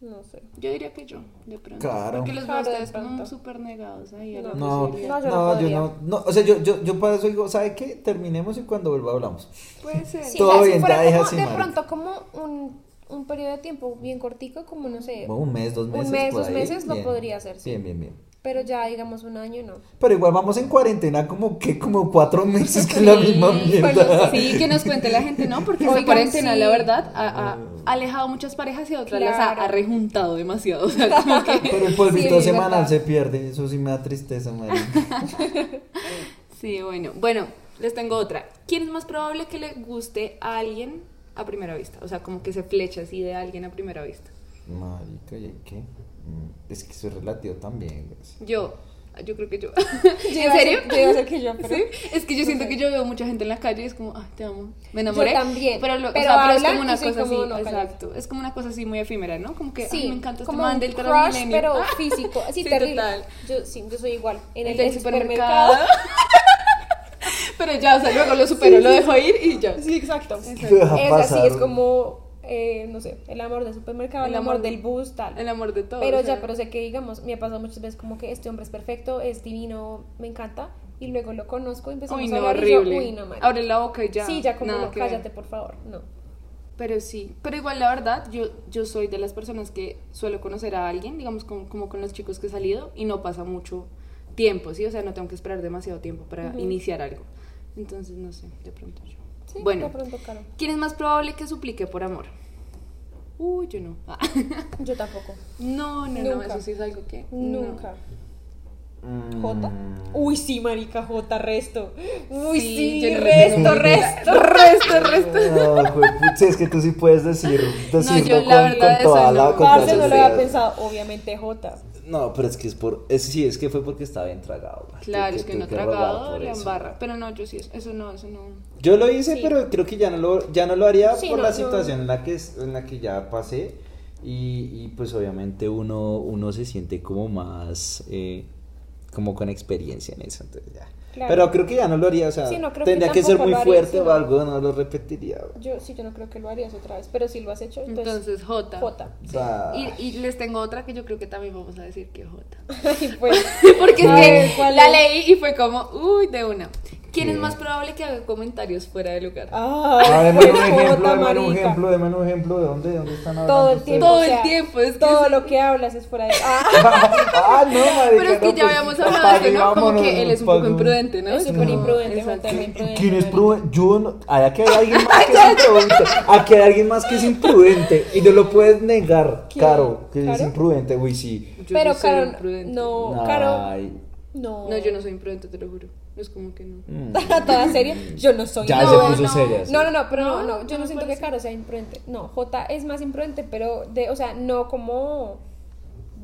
Speaker 2: No sé.
Speaker 3: Yo diría que yo, de pronto.
Speaker 4: Claro.
Speaker 3: Porque los veo a
Speaker 2: Claro, de
Speaker 3: ustedes como
Speaker 2: pronto.
Speaker 3: súper negados ahí a la
Speaker 4: No,
Speaker 3: posibilidad.
Speaker 2: No, yo no
Speaker 4: no, yo
Speaker 2: podría.
Speaker 4: no, no, o sea, yo, yo, yo para eso digo, ¿sabe qué? Terminemos y cuando vuelva hablamos.
Speaker 3: Puede ser.
Speaker 2: Sí,
Speaker 4: Todo
Speaker 2: o sea,
Speaker 4: bien,
Speaker 2: si fuera
Speaker 4: ya deja
Speaker 2: como,
Speaker 4: así,
Speaker 2: de
Speaker 4: marica.
Speaker 2: pronto como un, un periodo de tiempo bien cortico, como no sé.
Speaker 4: Bueno, un mes, dos
Speaker 2: Eh, Un
Speaker 4: meses.
Speaker 2: mes,
Speaker 4: por
Speaker 2: dos
Speaker 4: ahí,
Speaker 2: meses lo
Speaker 4: bien.
Speaker 2: podría hacer, sí.
Speaker 4: Bien, bien, bien.
Speaker 2: Pero ya digamos un año, no.
Speaker 4: Pero igual vamos en cuarentena como que
Speaker 2: <laughs>
Speaker 4: como cuatro meses que la misma mierda.
Speaker 3: Sí, que nos cuente la gente, ¿no? Porque esa
Speaker 2: Oigan,
Speaker 3: cuarentena,
Speaker 2: sí.
Speaker 3: la verdad, ha,
Speaker 4: Ah.
Speaker 3: ha- ha alejado muchas parejas y a otras las
Speaker 2: Claro.
Speaker 3: ha, ha rejuntado demasiado. <laughs> O sea, como que...
Speaker 4: Pero el
Speaker 2: Sí,
Speaker 4: polvito
Speaker 2: es
Speaker 4: semanal
Speaker 2: verdad.
Speaker 4: se pierde, eso sí me da tristeza, marica.
Speaker 3: Sí, bueno. Bueno, les tengo otra. ¿Quién es más probable que le guste a alguien a primera vista? O sea, como que se flecha así de alguien a primera vista.
Speaker 4: Marica, ¿y qué? Mm, Es que eso es relativo también, güey. <laughs>
Speaker 3: Yo, yo creo
Speaker 2: <laughs>
Speaker 3: que yo.
Speaker 2: Yo
Speaker 3: <laughs> <laughs> ¿En
Speaker 2: iba a
Speaker 3: serio?
Speaker 2: ser- yo iba a ser que yo, pero-
Speaker 3: <laughs> Sí, es que yo siento que yo veo mucha gente en la calle y es como, ah, te amo, me enamoré.
Speaker 2: Yo también,
Speaker 3: Pero, lo- o
Speaker 2: pero
Speaker 3: sea, pero es
Speaker 2: hablan
Speaker 3: como una
Speaker 2: y soy
Speaker 3: cosa
Speaker 2: como,
Speaker 3: así,
Speaker 2: no, cállate.
Speaker 3: exacto. Es como una cosa así muy efímera, ¿no? Como que,
Speaker 2: Sí,
Speaker 3: ay, me encanta este
Speaker 2: como
Speaker 3: man
Speaker 2: un
Speaker 3: del
Speaker 2: crush,
Speaker 3: Transmilenio. <laughs>
Speaker 2: pero
Speaker 3: Ah,
Speaker 2: físico, así
Speaker 3: sí,
Speaker 2: terrible.
Speaker 3: total.
Speaker 2: Yo sí, yo soy igual. En el,
Speaker 3: del
Speaker 2: el
Speaker 3: supermercado. <laughs>
Speaker 2: supermercado.
Speaker 3: pero ya, o sea, luego lo supero, lo dejo ir y ya.
Speaker 2: Sí, exacto.
Speaker 4: ¿Qué va a
Speaker 2: Es así,
Speaker 4: pasar?
Speaker 2: es como, eh, no sé, el amor del supermercado, el,
Speaker 3: El
Speaker 2: amor,
Speaker 3: amor-
Speaker 2: del bus, tal.
Speaker 3: El amor de todo.
Speaker 2: Pero
Speaker 3: o sea.
Speaker 2: ya, pero sé que digamos, me ha pasado muchas veces como que este hombre es perfecto, es divino, me encanta. Y luego lo conozco y empezamos
Speaker 3: Uy,
Speaker 2: a
Speaker 3: no,
Speaker 2: hablar y yo,
Speaker 3: horrible.
Speaker 2: uy, no, marica".
Speaker 3: Abre la boca y ya.
Speaker 2: Sí, ya como
Speaker 3: nada
Speaker 2: no,
Speaker 3: que ver.
Speaker 2: cállate, por favor. No.
Speaker 3: Pero sí, pero igual la verdad, yo, yo soy de las personas que suelo conocer a alguien, digamos con- como con los chicos que he salido, y no pasa mucho tiempo, ¿sí? O sea, no tengo que esperar demasiado tiempo para iniciar algo. Entonces, no sé, de pronto yo.
Speaker 2: Sí,
Speaker 3: bueno,
Speaker 2: de pronto, claro.
Speaker 3: ¿quién es más probable que suplique por amor? Uy, yo no. Ah. <laughs>
Speaker 2: Yo tampoco.
Speaker 3: no, no, no,
Speaker 2: Nunca.
Speaker 3: eso sí es algo que... no.
Speaker 2: Nunca.
Speaker 4: Mm,
Speaker 2: ¿Jota? Uy, sí, marica, Jota, resto. Uy,
Speaker 3: Sí,
Speaker 2: sí,
Speaker 3: yo no-
Speaker 2: resto,
Speaker 3: no-
Speaker 2: resto.
Speaker 3: Resto, resto.
Speaker 4: <laughs> No, juepu- sí, es que
Speaker 3: <laughs>
Speaker 4: tú sí puedes decir, decirlo
Speaker 3: yo la
Speaker 4: con,
Speaker 3: verdad
Speaker 4: con toda
Speaker 3: esa
Speaker 4: la
Speaker 3: no.
Speaker 4: con toda
Speaker 2: Parce, no lo
Speaker 4: seguridad.
Speaker 2: había pensado. Obviamente, Jota.
Speaker 4: No, pero es que es por. Es, sí, es que fue porque estaba bien tragado. güey.
Speaker 3: Claro,
Speaker 4: Tuve
Speaker 3: es que no
Speaker 4: tuve rogar
Speaker 3: tragado
Speaker 4: por
Speaker 3: la
Speaker 4: eso.
Speaker 3: embarra. Pero no, yo sí, eso, eso no, eso no.
Speaker 4: Yo lo hice, pero creo que ya no lo, ya no lo haría
Speaker 2: Sí,
Speaker 4: por
Speaker 2: no,
Speaker 4: la
Speaker 2: no.
Speaker 4: situación en la que, es- en la que ya pasé. Y, y, pues obviamente uno, uno se siente como más, eh, como con experiencia en eso. Entonces ya.
Speaker 2: Claro.
Speaker 4: Pero creo que ya no lo haría, o sea,
Speaker 2: Sí, no, creo que
Speaker 4: tendría que, ser
Speaker 2: tampoco
Speaker 4: muy
Speaker 2: lo haría,
Speaker 4: fuerte
Speaker 2: sí,
Speaker 4: o
Speaker 2: no.
Speaker 4: algo, no lo repetiría. güey.
Speaker 2: Yo sí, yo no creo que lo harías otra vez, pero si lo has hecho, entonces...
Speaker 3: Entonces, J.
Speaker 2: Jota. <laughs>
Speaker 4: O sea,
Speaker 3: Y, y les tengo otra que yo creo que también vamos a decir
Speaker 2: <laughs>
Speaker 3: que J.
Speaker 2: Ay, pues,
Speaker 3: <laughs> Porque es
Speaker 2: A ver,
Speaker 3: que
Speaker 2: ¿cuál
Speaker 3: la
Speaker 2: es?
Speaker 3: leí y fue como, uy, de una. ¿Quién es
Speaker 4: Sí.
Speaker 3: más probable que haga comentarios fuera de lugar?
Speaker 2: Ay,
Speaker 4: Ah, deme
Speaker 2: pues,
Speaker 4: un ejemplo,
Speaker 2: Jota,
Speaker 4: deme un
Speaker 2: marica.
Speaker 4: ejemplo, deme un ejemplo, ¿de dónde, dónde están hablando
Speaker 2: Todo el
Speaker 4: ustedes?
Speaker 2: tiempo.
Speaker 3: Todo
Speaker 2: o
Speaker 3: el
Speaker 2: sea,
Speaker 3: tiempo, es que
Speaker 2: Todo
Speaker 3: es-
Speaker 2: lo que hablas es fuera de... Ah,
Speaker 4: <laughs> ah, no, marica,
Speaker 3: Pero es que
Speaker 4: no,
Speaker 3: ya
Speaker 4: pues,
Speaker 3: habíamos hablado de
Speaker 4: apague,
Speaker 3: esto, ¿no? Como
Speaker 4: vámonos,
Speaker 3: que él es un
Speaker 4: apague.
Speaker 3: poco imprudente, ¿no?
Speaker 2: Es súper
Speaker 3: como-
Speaker 2: imprudente,
Speaker 3: Exacto.
Speaker 2: Jota, imprudente.
Speaker 4: ¿Quién es prudente? Yo no.
Speaker 3: <laughs>
Speaker 4: Hay aquí hay alguien más que es imprudente. Aquí hay alguien más que es imprudente. Y no lo puedes negar,
Speaker 2: ¿Quién?
Speaker 4: Caro, que es
Speaker 2: ¿Caro?
Speaker 4: imprudente. Uy, sí.
Speaker 3: <laughs> Yo
Speaker 2: Pero,
Speaker 3: no soy
Speaker 2: Caro,
Speaker 3: imprudente.
Speaker 2: no, Caro,
Speaker 4: Ay,
Speaker 2: no.
Speaker 3: No, yo no soy imprudente, te lo juro. Es como que no. <laughs>
Speaker 4: mm.
Speaker 2: <laughs> Toda seria, yo no soy
Speaker 4: Ya
Speaker 2: imprudente.
Speaker 4: se
Speaker 3: No,
Speaker 4: puso
Speaker 3: no.
Speaker 4: seria. sí.
Speaker 2: No, no, no, pero
Speaker 3: No,
Speaker 2: no, no,
Speaker 3: no
Speaker 2: yo no,
Speaker 3: me
Speaker 2: siento que
Speaker 3: parece.
Speaker 2: Caro sea imprudente. No, J es más imprudente, pero de, o sea, no como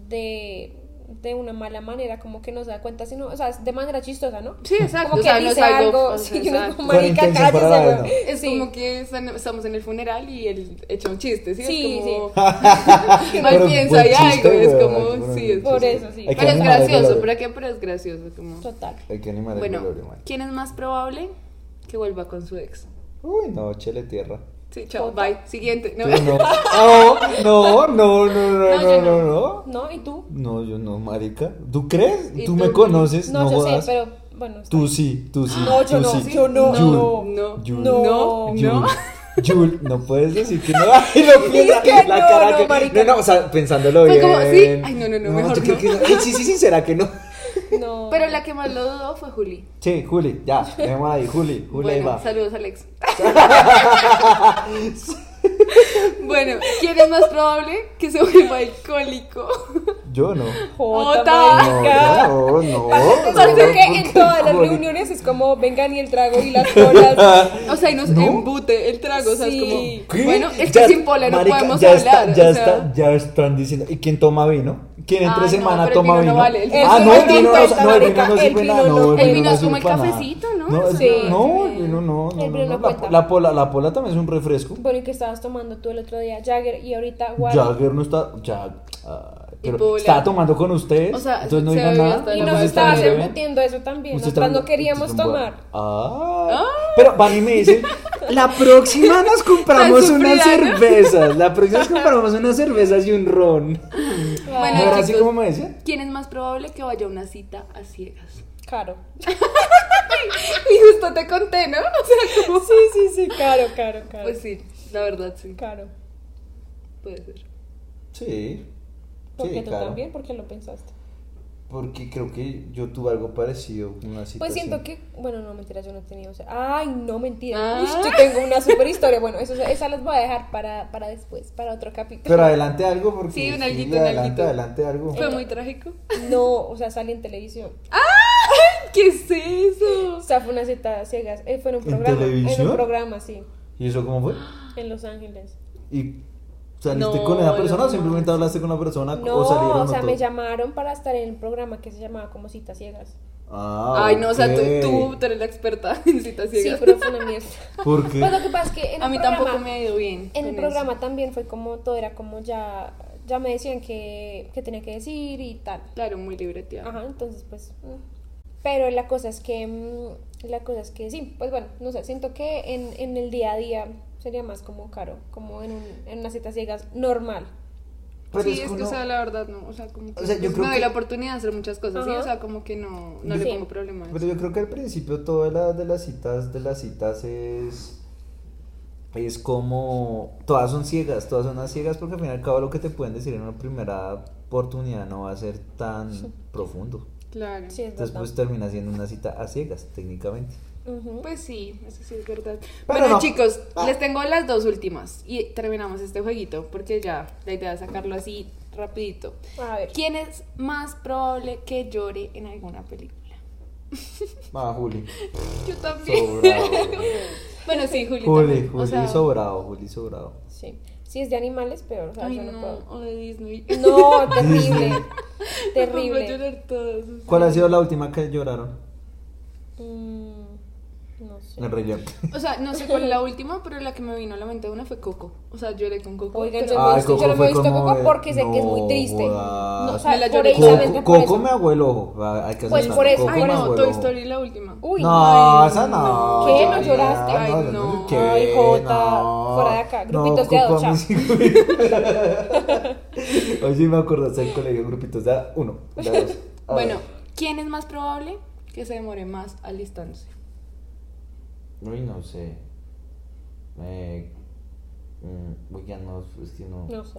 Speaker 2: de, de una mala manera, como que no se da cuenta, sino, o sea, es de manera chistosa, ¿no?
Speaker 3: Sí, exacto.
Speaker 2: Como
Speaker 3: o sea,
Speaker 2: que
Speaker 3: no es
Speaker 2: dice
Speaker 3: algo.
Speaker 2: algo, <laughs>
Speaker 3: o sea,
Speaker 2: sí, que uno es
Speaker 3: exacto.
Speaker 2: como
Speaker 4: Con
Speaker 2: marica,
Speaker 4: intención para
Speaker 2: cállese,
Speaker 4: daño.
Speaker 2: güey.
Speaker 3: Es
Speaker 2: Sí.
Speaker 3: como que están- estamos en el funeral y él echa un chiste, ¿sí?
Speaker 2: Sí,
Speaker 3: es como,
Speaker 2: <laughs>
Speaker 3: <laughs>
Speaker 4: Pero
Speaker 3: Mal
Speaker 4: buen
Speaker 3: piensa y
Speaker 4: chiste,
Speaker 3: algo, es
Speaker 4: weón,
Speaker 3: como,
Speaker 4: hay que poner
Speaker 3: sí, es
Speaker 4: buen
Speaker 2: Por
Speaker 4: chiste.
Speaker 2: eso, sí.
Speaker 4: Hay que
Speaker 3: Pero es
Speaker 4: animar el
Speaker 3: gracioso,
Speaker 4: globo.
Speaker 3: ¿pero qué? Pero es gracioso, como...
Speaker 2: Total.
Speaker 4: Hay que animar el
Speaker 3: Bueno,
Speaker 4: globo, man.
Speaker 3: ¿quién es más probable que vuelva con su ex?
Speaker 4: Uy, no,
Speaker 3: <laughs>
Speaker 4: chele tierra.
Speaker 3: Sí, chao,
Speaker 2: Jota.
Speaker 3: bye, siguiente. No.
Speaker 4: Yo no. Ah, oh, No, no, no, no, no,
Speaker 3: No, yo no.
Speaker 4: no, no, no.
Speaker 2: ¿No? ¿Y tú?
Speaker 4: No, yo no, marica. ¿Tú crees?
Speaker 3: ¿Y
Speaker 4: Tú
Speaker 3: tú?
Speaker 4: me conoces,
Speaker 2: No,
Speaker 4: Pues no
Speaker 2: yo
Speaker 4: jodas.
Speaker 2: sé, pero bueno. está
Speaker 4: Tú
Speaker 2: bien.
Speaker 4: sí, tú sí.
Speaker 2: No, yo
Speaker 4: tú
Speaker 2: no,
Speaker 4: sí.
Speaker 2: yo no,
Speaker 4: Yul,
Speaker 2: no,
Speaker 3: no,
Speaker 4: Yul,
Speaker 2: no,
Speaker 4: Yul,
Speaker 3: no.
Speaker 4: Yul, no puedes decir que no. Ay,
Speaker 2: <laughs>
Speaker 4: no piensas
Speaker 2: que
Speaker 4: la
Speaker 2: no,
Speaker 4: cara
Speaker 2: no,
Speaker 4: que.
Speaker 2: marica.
Speaker 4: No, no, o sea, pensándolo
Speaker 3: Fue
Speaker 4: bien.
Speaker 3: como, sí, ay, no, no, no, mejor
Speaker 4: yo creo
Speaker 3: no.
Speaker 4: que Ay, sí, sí, sí, será que no.
Speaker 2: No.
Speaker 3: <laughs> Pero la que más lo dudó fue Juli.
Speaker 4: Sí, Juli, ya, dejemos ahí, Juli, Juli ahí
Speaker 3: Bueno,
Speaker 4: va.
Speaker 3: saludos
Speaker 4: <laughs>
Speaker 3: Alex. bueno, ¿quién es más probable que se vuelva alcohólico?
Speaker 4: Yo no.
Speaker 2: Jota,
Speaker 3: Jota.
Speaker 2: marica.
Speaker 4: No, no, no.
Speaker 2: Parece
Speaker 4: Oh, no,
Speaker 2: que en
Speaker 4: porque-
Speaker 2: todas las
Speaker 4: porque-
Speaker 2: reuniones es como vengan y el trago y las colas.
Speaker 4: <laughs>
Speaker 3: O sea, y nos
Speaker 4: ¿No?
Speaker 3: embute el trago, o sea,
Speaker 2: Sí.
Speaker 3: es como,
Speaker 4: ¿Qué?
Speaker 3: bueno, es
Speaker 4: Ya-
Speaker 3: que sin pola no
Speaker 4: marica,
Speaker 3: podemos
Speaker 4: ya
Speaker 3: hablar.
Speaker 4: Está, ya,
Speaker 3: o sea,
Speaker 4: está, ya están diciendo. ¿Y quién toma vino? ¿Quién entre
Speaker 3: Ah, no,
Speaker 4: semana
Speaker 3: pero el
Speaker 4: toma
Speaker 3: vino no
Speaker 4: vino?
Speaker 3: vale, el
Speaker 4: ah,
Speaker 2: vino
Speaker 4: no, el
Speaker 2: no
Speaker 4: vino
Speaker 2: cuenta,
Speaker 4: no, no, el
Speaker 2: marica,
Speaker 4: vino no
Speaker 2: el
Speaker 4: sirve
Speaker 2: vino
Speaker 4: nada.
Speaker 2: no
Speaker 4: No,
Speaker 2: cuenta.
Speaker 3: El vino
Speaker 4: no
Speaker 3: es como el
Speaker 4: sirve para nada.
Speaker 3: cafecito, ¿no?
Speaker 4: No,
Speaker 3: Eso
Speaker 4: el-
Speaker 2: sí.
Speaker 4: no, el vino no, no,
Speaker 2: El vino
Speaker 4: no,
Speaker 2: no
Speaker 4: la-
Speaker 2: cuenta.
Speaker 4: La pola, la pola también es un refresco.
Speaker 2: Bueno, y que estabas tomando tú el otro día, Jagger, y ahorita Wally.
Speaker 4: Jagger no está. Jag, ay,
Speaker 3: Y
Speaker 4: pero
Speaker 3: pola.
Speaker 4: estaba tomando con ustedes.
Speaker 3: O sea,
Speaker 4: entonces no
Speaker 3: se
Speaker 4: digan
Speaker 3: bebió
Speaker 4: nada.
Speaker 3: hasta
Speaker 2: Y
Speaker 3: No,
Speaker 2: nos
Speaker 3: pues,
Speaker 2: estabas
Speaker 3: está bien.
Speaker 2: embutiendo eso también.
Speaker 4: Usted
Speaker 2: Nosotras
Speaker 4: está-
Speaker 2: no queríamos
Speaker 4: usted está-
Speaker 2: tomar.
Speaker 4: Ah, pero van y me dicen, la próxima
Speaker 3: <laughs>
Speaker 4: nos compramos
Speaker 3: Tan sufrida,
Speaker 4: unas
Speaker 3: ¿no?
Speaker 4: cervezas, la próxima nos compramos unas cervezas y un ron.
Speaker 3: Bueno,
Speaker 4: ¿No era así
Speaker 3: chicos.
Speaker 4: como me decían?
Speaker 3: ¿Quién es más probable que vaya a una cita a ciegas? <laughs>
Speaker 2: Caro.
Speaker 3: Y justo te conté, ¿no? O sea, como...
Speaker 2: Sí, sí, sí, caro, caro, caro.
Speaker 3: Pues sí, la verdad sí,
Speaker 2: Caro.
Speaker 3: puede ser.
Speaker 4: Sí.
Speaker 2: Porque
Speaker 4: sí,
Speaker 2: tú
Speaker 4: claro.
Speaker 2: también, porque lo pensaste.
Speaker 4: Porque creo que yo tuve algo parecido, una situación.
Speaker 2: Pues siento que, bueno, no mentira, yo no tenía, o sea, ay, no mentira.
Speaker 3: Ah.
Speaker 2: Uy, yo tengo una super historia. Bueno, eso, esa las voy a dejar para, para después, para otro capítulo.
Speaker 4: Pero adelante algo, porque.
Speaker 3: Sí, un alguito, un
Speaker 4: adelante,
Speaker 3: alguito.
Speaker 4: adelante algo.
Speaker 3: ¿Fue muy trágico?
Speaker 2: No, o sea, salí en televisión.
Speaker 3: ¿Qué es eso?
Speaker 2: O sea, fue una cita a ciegas. Eh, fue en un
Speaker 4: ¿En
Speaker 2: programa. en
Speaker 4: televisión?
Speaker 2: un programa, sí.
Speaker 4: ¿Y eso cómo fue?
Speaker 2: En Los Ángeles.
Speaker 4: ¿Y saliste
Speaker 3: No,
Speaker 4: con esa persona
Speaker 3: no,
Speaker 4: o simplemente hablaste con la persona
Speaker 2: No,
Speaker 4: Ah, o salieron
Speaker 2: o sea,
Speaker 4: los
Speaker 2: me
Speaker 4: dos?
Speaker 2: llamaron para estar en el programa que se llamaba como Citas Ciegas.
Speaker 4: Ah,
Speaker 3: Ay, no, o sea, tú,
Speaker 4: ok.
Speaker 3: tú, tú eres la experta <laughs> en citas
Speaker 2: Sí,
Speaker 3: ciegas.
Speaker 2: pero fue una
Speaker 4: <laughs>
Speaker 2: mierda.
Speaker 4: ¿Por qué?
Speaker 2: Pues lo que pasa es que en
Speaker 3: a
Speaker 2: el
Speaker 3: mí
Speaker 2: programa,
Speaker 3: tampoco me ha ido bien.
Speaker 2: En el
Speaker 3: con
Speaker 2: programa también fue como todo, era como ya, ya me decían que, que tenía que decir y tal.
Speaker 3: eso. Claro, muy libreteado.
Speaker 2: Ajá, entonces pues... mm. Pero la cosa es que, mm, la cosa es que sí, pues bueno, no sé, siento que en, en el día a día sería más como caro, como en, un- en una cita ciegas normal.
Speaker 4: Pero
Speaker 3: sí, es que,
Speaker 4: uno-
Speaker 3: o sea, la verdad, no. O sea, como que
Speaker 4: O sea, yo
Speaker 3: pues,
Speaker 4: creo
Speaker 3: me doy
Speaker 4: que-
Speaker 3: la oportunidad de hacer muchas cosas, ¿sí?
Speaker 2: Ajá.
Speaker 3: O sea, como que no, no
Speaker 2: Sí.
Speaker 3: le pongo problema. a eso.
Speaker 4: Pero yo creo que al principio todas las de las citas, de las citas es es como todas son ciegas, todas son unas ciegas porque al fin y al cabo lo que te pueden decir en una primera oportunidad no va a ser tan profundo.
Speaker 3: Claro.
Speaker 2: Sí, es
Speaker 4: Entonces
Speaker 2: verdad.
Speaker 4: pues termina siendo una cita a ciegas técnicamente.
Speaker 2: Ujú.
Speaker 3: Pues sí, eso sí es verdad.
Speaker 4: Pero
Speaker 3: bueno,
Speaker 4: no.
Speaker 3: chicos,
Speaker 4: Ah.
Speaker 3: les tengo las dos últimas y terminamos este jueguito porque ya la idea es sacarlo así rapidito.
Speaker 2: Pues, A ver.
Speaker 3: ¿Quién es más probable que llore en alguna película?
Speaker 4: Ah,
Speaker 3: <laughs>
Speaker 4: Juli.
Speaker 3: Yo también. <laughs>
Speaker 4: Sobrado.
Speaker 3: Bueno, sí, Juli.
Speaker 4: Juli,
Speaker 3: también. O
Speaker 4: Juli
Speaker 3: sea,
Speaker 4: sobrado, Juli sobrado.
Speaker 2: Sí. Si es de animales, peor. O sea,
Speaker 3: Ay,
Speaker 2: yo no,
Speaker 3: <laughs> no,
Speaker 2: puedo.
Speaker 3: o de Disney.
Speaker 2: <laughs> No, terrible.
Speaker 3: Me pongo a
Speaker 2: Terrible.
Speaker 3: llorar todos.
Speaker 4: ¿Cuál ha sido la última que lloraron?
Speaker 2: Mm, no sé.
Speaker 4: El Rey León.
Speaker 3: O sea, no sé cuál es la última, pero la que me vino a la mente de una fue Coco. O sea, lloré con Coco.
Speaker 2: Oigan,
Speaker 3: pero-
Speaker 2: yo no he visto, yo no me he visto
Speaker 4: ah, fue como
Speaker 2: Coco
Speaker 4: de-
Speaker 2: porque sé que es muy
Speaker 4: no
Speaker 2: triste.
Speaker 4: jodas.
Speaker 2: No, o sea,
Speaker 3: Me la
Speaker 2: por
Speaker 3: lloré.
Speaker 2: precisamente
Speaker 4: Coco,
Speaker 2: por
Speaker 4: Coco
Speaker 2: eso.
Speaker 4: me hago el ojo. ah, Hay que
Speaker 2: Pues
Speaker 4: aceptarlo,
Speaker 2: por eso.
Speaker 4: Coco
Speaker 3: Ay,
Speaker 4: me
Speaker 2: Bueno,
Speaker 3: no,
Speaker 4: aguó el
Speaker 3: Toy
Speaker 4: ojo.
Speaker 3: Story la última.
Speaker 2: Uy,
Speaker 4: No,
Speaker 3: Ay,
Speaker 4: esa no.
Speaker 2: ¿Qué?
Speaker 4: ya, Ah,
Speaker 2: ¿No lloraste?
Speaker 4: ya,
Speaker 3: Ay,
Speaker 4: yo
Speaker 3: no.
Speaker 4: lloré,
Speaker 2: Ay, Jota,
Speaker 4: no.
Speaker 2: fuera de acá, grupitos de a
Speaker 4: Coco
Speaker 2: dos,
Speaker 4: a mí
Speaker 2: chao. <laughs>
Speaker 4: sí me- Oye, me acordaste del colegio, grupitos de a uno, de a dos. A
Speaker 3: Bueno, ¿quién es más probable que se demore más alistándose?
Speaker 4: ver. Uy, no sé. Eh, mm, uy, ya no, es que no.
Speaker 2: No sé.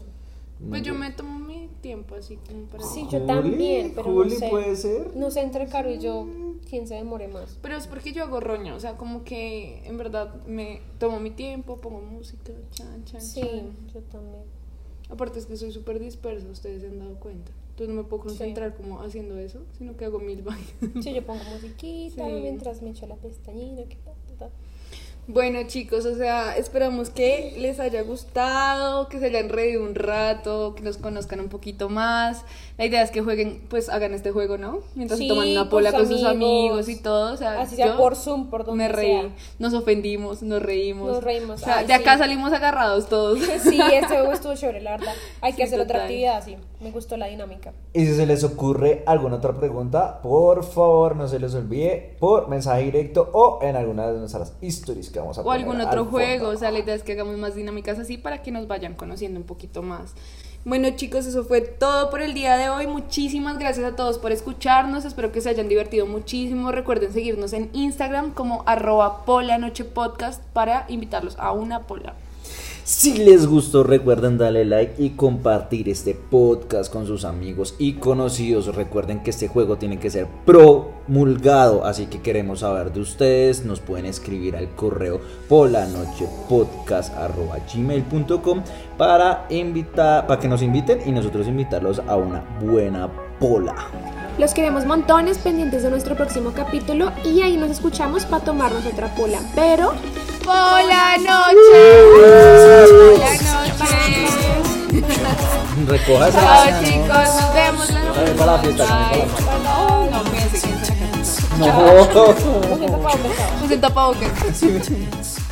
Speaker 3: Pues
Speaker 4: Mm.
Speaker 3: yo me tomo mi tiempo así como para...
Speaker 2: Sí, yo
Speaker 4: Juli,
Speaker 2: también, pero
Speaker 4: Juli,
Speaker 2: no sé.
Speaker 4: puede ser.
Speaker 2: No sé entre Caro y yo quién se demore más.
Speaker 3: Pero es porque yo hago roño, o sea, como que en verdad me tomo mi tiempo, pongo música, chan, chan,
Speaker 2: Sí,
Speaker 3: chan.
Speaker 2: yo también.
Speaker 3: Aparte es que soy súper dispersa, ustedes se han dado cuenta. Entonces no me puedo concentrar como haciendo eso, sino que hago mil vainas.
Speaker 2: Sí, yo pongo musiquita
Speaker 3: Sí.
Speaker 2: mientras me echo la pestañina. Que ta, ta, ta.
Speaker 3: <laughs> Bueno chicos, o sea, esperamos que les haya gustado, que se hayan reído un rato, que nos conozcan un poquito más. La idea es que jueguen, pues hagan este juego, ¿no? Mientras se
Speaker 2: Sí,
Speaker 3: toman una
Speaker 2: con
Speaker 3: pola con sus
Speaker 2: amigos.
Speaker 3: amigos y todo. O sea,
Speaker 2: Así sea
Speaker 3: yo
Speaker 2: por Zoom, por donde
Speaker 3: me reí,
Speaker 2: sea.
Speaker 3: nos ofendimos, nos reímos.
Speaker 2: Nos reímos,
Speaker 3: O sea,
Speaker 2: ay,
Speaker 3: de acá
Speaker 2: sí.
Speaker 3: salimos agarrados
Speaker 2: <laughs>
Speaker 3: todos. <laughs>
Speaker 2: Sí, este juego estuvo chévere, la verdad. Hay
Speaker 3: Sí,
Speaker 2: que hacer
Speaker 3: total.
Speaker 2: otra actividad, sí. Me gustó la dinámica.
Speaker 4: Y si se les ocurre alguna otra pregunta, por favor no se les olvide por mensaje directo o en alguna de nuestras stories que vamos a
Speaker 3: o
Speaker 4: poner
Speaker 3: algún
Speaker 4: al
Speaker 3: otro
Speaker 4: fondo.
Speaker 3: juego. O sea, la idea es que hagamos más dinámicas así para que nos vayan conociendo un poquito más. Bueno chicos, eso fue todo por el día de hoy. Muchísimas gracias a todos por escucharnos. Espero que se hayan divertido muchísimo. Recuerden seguirnos en Instagram como arroba pola noche podcast para invitarlos a una pola.
Speaker 4: Si les gustó, recuerden darle like y compartir este podcast con sus amigos y conocidos. Recuerden que este juego tiene que ser promulgado, así que queremos saber de ustedes. Nos pueden escribir al correo polanochepodcast@gmail.com para invitar, para que nos inviten y nosotros invitarlos a una buena pola.
Speaker 2: Los queremos montones pendientes de nuestro próximo capítulo y ahí nos escuchamos para tomarnos otra pola. Pero
Speaker 3: ¡Pola noche! ¡Pola noche!
Speaker 4: Recoja esa
Speaker 3: Chao
Speaker 4: vaina, ¿no?
Speaker 3: chicos, nos vemos la
Speaker 4: Nos vemos para la fiesta,
Speaker 3: Bye.
Speaker 4: nos vemos
Speaker 3: No, cuídense, quédense en la casa.
Speaker 4: No.
Speaker 2: mujer, por favor,
Speaker 3: Usen tapabocas.
Speaker 4: Sí, sí.